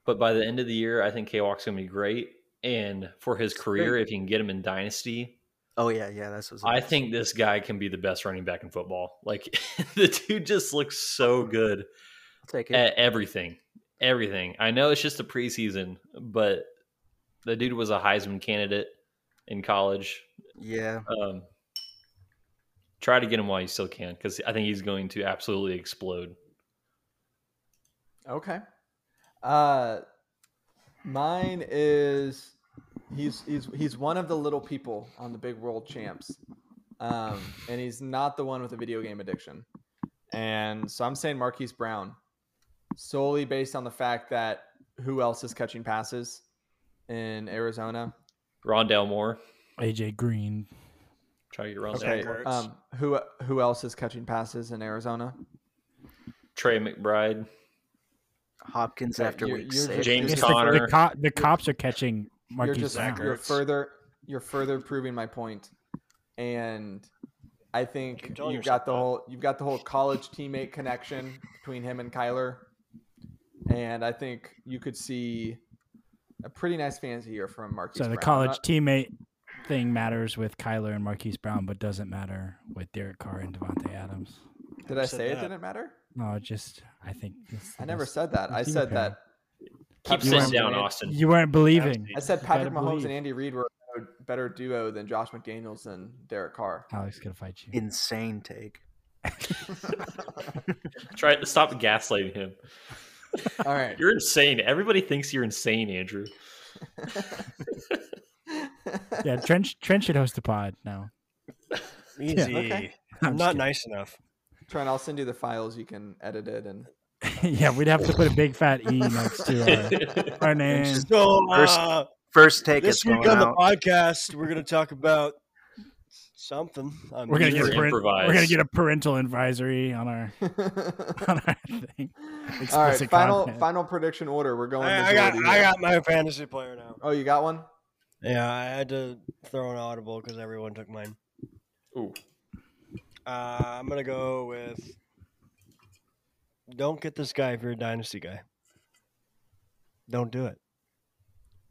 Speaker 5: but by the end of the year, I think K Walk's going to be great. And for his career, if you can get him in Dynasty,
Speaker 3: Oh yeah, yeah. That's what's.
Speaker 5: I think this guy can be the best running back in football. Like the dude just looks so good.
Speaker 3: I'll take it.
Speaker 5: at E, everything, everything. I know it's just the preseason, but the dude was a Heisman candidate in college.
Speaker 3: yeah,
Speaker 5: Um, try to get him while you still can, because I think he's going to absolutely explode.
Speaker 1: Okay. Uh, mine is he's he's he's one of the little people on the big world champs, um, and he's not the one with a video game addiction. And so I'm saying Marquise Brown, solely based on the fact that who else is catching passes in Arizona?
Speaker 5: Rondell Moore,
Speaker 4: AJ Green.
Speaker 5: try to get Rondell.
Speaker 1: Okay.
Speaker 5: Moore.
Speaker 2: Ertz.
Speaker 1: Um, who who else is catching passes in Arizona?
Speaker 5: Trey McBride.
Speaker 3: Hopkins
Speaker 1: okay,
Speaker 3: after
Speaker 1: you're-
Speaker 3: week
Speaker 1: you're
Speaker 3: six.
Speaker 1: just-
Speaker 5: James
Speaker 4: Yes, the,
Speaker 5: Conner.
Speaker 4: the, co- the cops are catching Marquise
Speaker 1: you're just
Speaker 4: Brown.
Speaker 1: you're further you're further proving my point and i think
Speaker 2: Keep telling
Speaker 1: you've
Speaker 2: yourself
Speaker 1: got the
Speaker 2: that.
Speaker 1: whole you've got the whole college teammate connection between him and kyler and i think you could see a pretty nice fantasy year from Marquise.
Speaker 4: So the
Speaker 1: Brown. Uh, I'm
Speaker 4: college
Speaker 1: not-
Speaker 4: teammate thing matters with Kyler and Marquise Brown, but doesn't matter with Derek Carr and Devontae Adams.
Speaker 1: did I
Speaker 2: said
Speaker 1: say it
Speaker 2: that?
Speaker 1: didn't matter?
Speaker 4: No, just I think it's
Speaker 1: I
Speaker 4: the
Speaker 1: never
Speaker 4: best.
Speaker 1: said that. I
Speaker 4: Team
Speaker 1: said
Speaker 4: apparel.
Speaker 1: that.
Speaker 5: Keep
Speaker 1: Patrick
Speaker 5: sitting
Speaker 4: Mahomes
Speaker 5: down,
Speaker 1: and-
Speaker 5: Austin.
Speaker 4: You weren't believing,
Speaker 1: I said
Speaker 4: You
Speaker 1: Patrick
Speaker 4: gotta
Speaker 1: Mahomes
Speaker 4: believe.
Speaker 1: and Andy Reid were a better duo than Josh McDaniels and Derek Carr.
Speaker 4: Alex gonna fight you.
Speaker 3: Insane take.
Speaker 5: Try to stop gaslighting him.
Speaker 1: All right.
Speaker 5: You're insane. Everybody thinks you're insane, Andrew.
Speaker 4: Yeah, Trench Trench should host the pod now.
Speaker 2: Easy.
Speaker 1: okay.
Speaker 4: I'm
Speaker 2: I'm
Speaker 4: just
Speaker 2: not
Speaker 4: kidding.
Speaker 2: nice enough.
Speaker 1: Trent, I'll send you the files. You can edit it. And
Speaker 4: yeah, we'd have to put a big fat E next to
Speaker 5: That's
Speaker 4: our, our name.
Speaker 3: just-
Speaker 2: So
Speaker 3: First-
Speaker 2: uh,
Speaker 3: First take is
Speaker 2: this
Speaker 3: going
Speaker 2: week on the
Speaker 3: out.
Speaker 2: podcast, we're gonna talk about something. I'm
Speaker 4: We're gonna get a
Speaker 5: You're
Speaker 4: parent-
Speaker 5: improvised.
Speaker 4: we're gonna get a parental advisory on our on our thing.
Speaker 1: all right,
Speaker 4: Explicit
Speaker 1: final
Speaker 4: content.
Speaker 1: final prediction order. We're going.
Speaker 2: I, I got
Speaker 1: majority
Speaker 2: I
Speaker 1: here.
Speaker 2: got my fantasy player now.
Speaker 1: Oh, you got one.
Speaker 2: Yeah, I had to throw an audible because everyone took mine.
Speaker 5: Ooh.
Speaker 2: Uh, I'm gonna go with. Don't get this guy if you're a dynasty guy. Don't do it.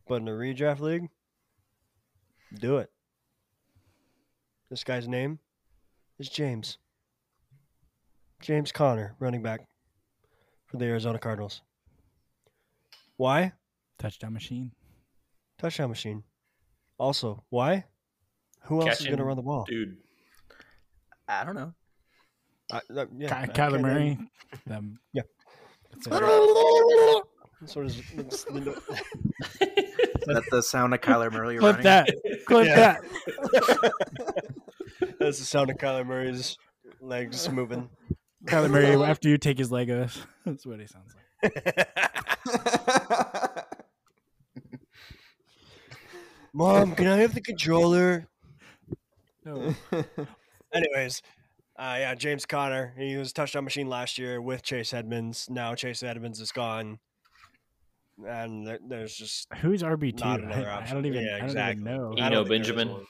Speaker 2: But in a redraft league, do it. This guy's name is James. James Connor, running back for the Arizona Cardinals. Why?
Speaker 4: touchdown machine.
Speaker 2: Touchdown machine. Also, why? Who else is going to
Speaker 5: Catching
Speaker 2: run the ball?
Speaker 5: dude.
Speaker 3: I don't know.
Speaker 2: I, that- yeah,
Speaker 4: Ky-
Speaker 2: I
Speaker 4: Kyler
Speaker 2: can't-
Speaker 4: Murray. Them.
Speaker 2: Yeah.
Speaker 4: That's it.
Speaker 2: That's what his- that's the-
Speaker 3: Is that the sound of Kyler Murray
Speaker 4: Clip
Speaker 3: running?
Speaker 4: that. Clip
Speaker 2: Yeah.
Speaker 4: that.
Speaker 2: that's the sound of Kyler Murray's legs moving.
Speaker 4: Kyler Murray. After you take his Legos, that's what he sounds like.
Speaker 2: Mom, can I have the controller?
Speaker 4: No.
Speaker 2: Anyways, uh, yeah, James Conner. He was a touchdown machine last year with Chase Edmonds. Now Chase Edmonds is gone, and there, there's just
Speaker 4: Who's RB two?
Speaker 2: Not another
Speaker 4: I, I
Speaker 2: option.
Speaker 4: don't even.
Speaker 2: Yeah,
Speaker 4: I don't
Speaker 2: exactly.
Speaker 4: even know.
Speaker 2: I
Speaker 5: Eno
Speaker 2: don't think there is
Speaker 5: Benjamin.
Speaker 2: one.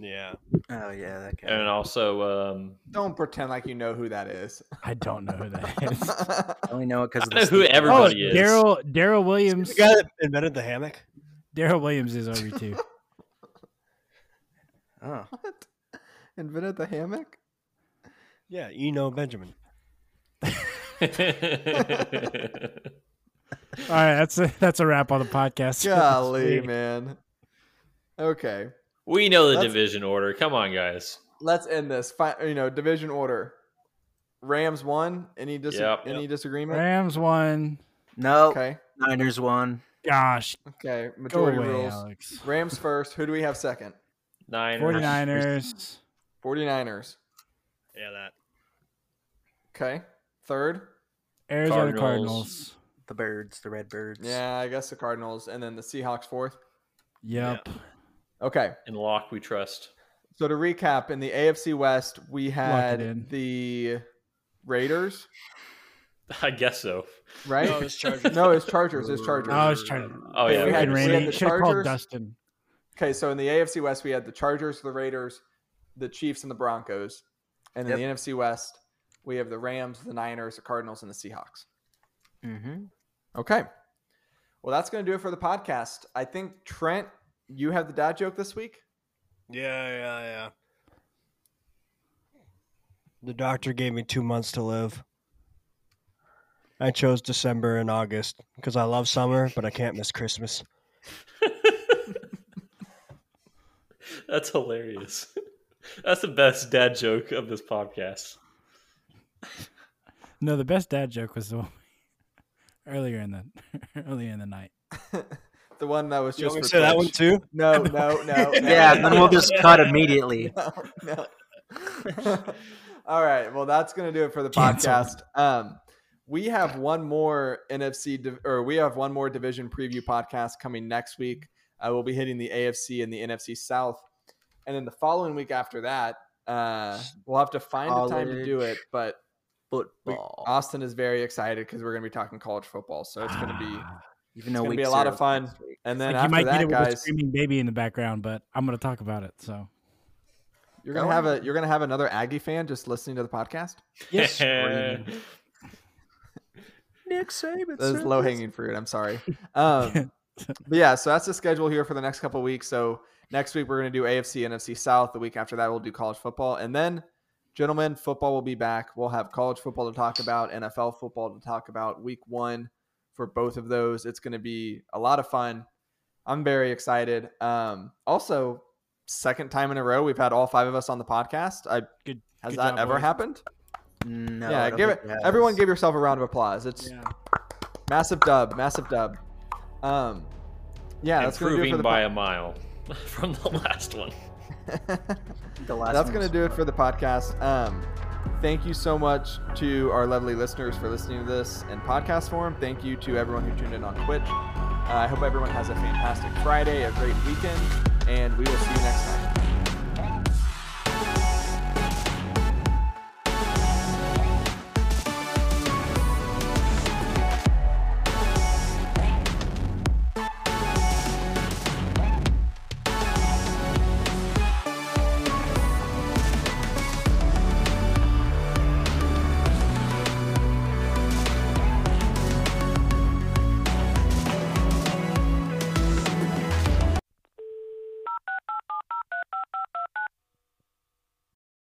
Speaker 2: Yeah,
Speaker 3: Oh yeah, that guy.
Speaker 5: And also, um,
Speaker 1: Don't pretend like you know who that is.
Speaker 4: I don't know who that is.
Speaker 3: I only know it because
Speaker 5: I know who
Speaker 4: oh,
Speaker 5: everybody is.
Speaker 4: Daryl Daryl
Speaker 2: the
Speaker 4: Williams.
Speaker 2: guy that invented the hammock.
Speaker 4: Daryl Williams is RB two.
Speaker 3: Oh,
Speaker 1: what? Invented the hammock.
Speaker 2: Yeah, Eno Benjamin.
Speaker 5: um,
Speaker 4: All right, that's a that's a wrap on the podcast. for this
Speaker 1: Golly,
Speaker 4: week.
Speaker 1: man. Okay,
Speaker 5: we know the
Speaker 1: That's-
Speaker 5: division order. Come on, guys.
Speaker 1: let's end this. Fi- you know, division order. Rams one. Any dis-
Speaker 5: Yep.
Speaker 1: any disagreement?
Speaker 4: Rams won.
Speaker 3: no,
Speaker 1: Okay.
Speaker 3: Niners won.
Speaker 4: Gosh,
Speaker 1: Okay.
Speaker 4: go
Speaker 1: Majority
Speaker 4: away,
Speaker 1: rules.
Speaker 4: Alex.
Speaker 1: Rams first. Who do we have second?
Speaker 5: Niners.
Speaker 4: 49ers.
Speaker 1: 49ers.
Speaker 2: Yeah, that.
Speaker 1: Okay. Third.
Speaker 4: Arizona
Speaker 5: Cardinals.
Speaker 4: Cardinals.
Speaker 3: The birds, the red birds.
Speaker 1: Yeah, I guess the Cardinals and then the Seahawks fourth.
Speaker 4: Yep.
Speaker 1: Okay.
Speaker 5: In lock, we trust.
Speaker 1: So to recap, in the AFC West, we
Speaker 4: in.
Speaker 1: had the Raiders,
Speaker 5: I guess so.
Speaker 1: right?
Speaker 2: No, it's Chargers.
Speaker 1: No, it's Chargers. It's Chargers.
Speaker 4: Oh, it's trying to.
Speaker 5: Oh,
Speaker 1: Yeah,
Speaker 5: yeah.
Speaker 1: we had-
Speaker 4: freaking
Speaker 1: we
Speaker 4: Randy.
Speaker 1: the
Speaker 4: You should have called
Speaker 1: Chargers.
Speaker 4: Dustin.
Speaker 1: Okay, so in the AFC West, we had the Chargers, the Raiders, the Chiefs, and the Broncos. And in the NFC West, we have the Rams, the Niners, the Cardinals, and the Seahawks.
Speaker 3: Mm-hmm.
Speaker 1: Okay. Well, that's going to do it for the podcast. I think, Trent, you have the dad joke this week.
Speaker 2: Yeah, yeah, yeah. The doctor gave me two months to live. I chose December and August because I love summer, but I can't miss Christmas.
Speaker 5: That's hilarious. That's the best dad joke of this podcast.
Speaker 4: No, the best dad joke was the one earlier in the earlier in the night.
Speaker 1: The one that was
Speaker 2: You
Speaker 1: just
Speaker 2: want
Speaker 1: for
Speaker 2: me to say that one
Speaker 1: Twitch.
Speaker 2: too?
Speaker 1: No, no, no. no.
Speaker 3: Yeah, then we'll just cut immediately.
Speaker 1: no, no. All right. Well, that's going to do it for the
Speaker 4: Cancel.
Speaker 1: podcast. Um, we have one more NFC div- or we have one more division preview podcast coming next week. Uh, we'll be hitting the AFC and the NFC South, and then the following week after that, uh, we'll have to find a time to do it. But we,
Speaker 3: Football.
Speaker 1: Austin is very excited because we're going to be talking college football, so it's going to be.
Speaker 4: Ah.
Speaker 3: Even though
Speaker 1: gonna
Speaker 3: week
Speaker 1: be a lot
Speaker 3: zero
Speaker 1: of fun.
Speaker 3: last week.
Speaker 1: And
Speaker 4: Like,
Speaker 1: then
Speaker 4: you
Speaker 1: after
Speaker 4: might get
Speaker 1: that,
Speaker 4: it with a
Speaker 1: guys,
Speaker 4: screaming baby in the background, but I'm going to talk about it. So
Speaker 1: you're gonna have a you're gonna have another Aggie fan just listening to the podcast.
Speaker 2: Yes.
Speaker 3: Nick Saban.
Speaker 1: That was
Speaker 3: said
Speaker 1: low
Speaker 3: this.
Speaker 1: hanging fruit. I'm sorry. Um, but yeah, so that's the schedule here for the next couple of weeks. So next week we're going to do AFC, NFC South. The week after that we'll do college football, and then Gentlemen, football will be back. We'll have college football to talk about, NFL football to talk about, week one for both of those. It's going to be a lot of fun. I'm very excited. Um, also, second time in a row, we've had all five of us on the podcast. I,
Speaker 4: Good.
Speaker 1: has
Speaker 4: good
Speaker 1: that
Speaker 4: job,
Speaker 1: ever
Speaker 4: boys.
Speaker 1: happened?
Speaker 3: No, I
Speaker 1: yeah,
Speaker 3: don't
Speaker 1: give it.
Speaker 3: think has.
Speaker 1: Everyone, give yourself a round of applause. It's
Speaker 4: Yeah.
Speaker 1: massive dub, massive dub. Um, yeah, that's going to do it for
Speaker 5: Improving
Speaker 1: the
Speaker 5: by a mile from the last one.
Speaker 3: the last.
Speaker 1: That's
Speaker 3: one
Speaker 1: going
Speaker 3: was
Speaker 1: to do it for the podcast. Um, thank you so much to our lovely listeners for listening to this in podcast form. Thank you to everyone who tuned in on Twitch. Uh, I hope everyone has a fantastic Friday, a great weekend, and we will see you next time.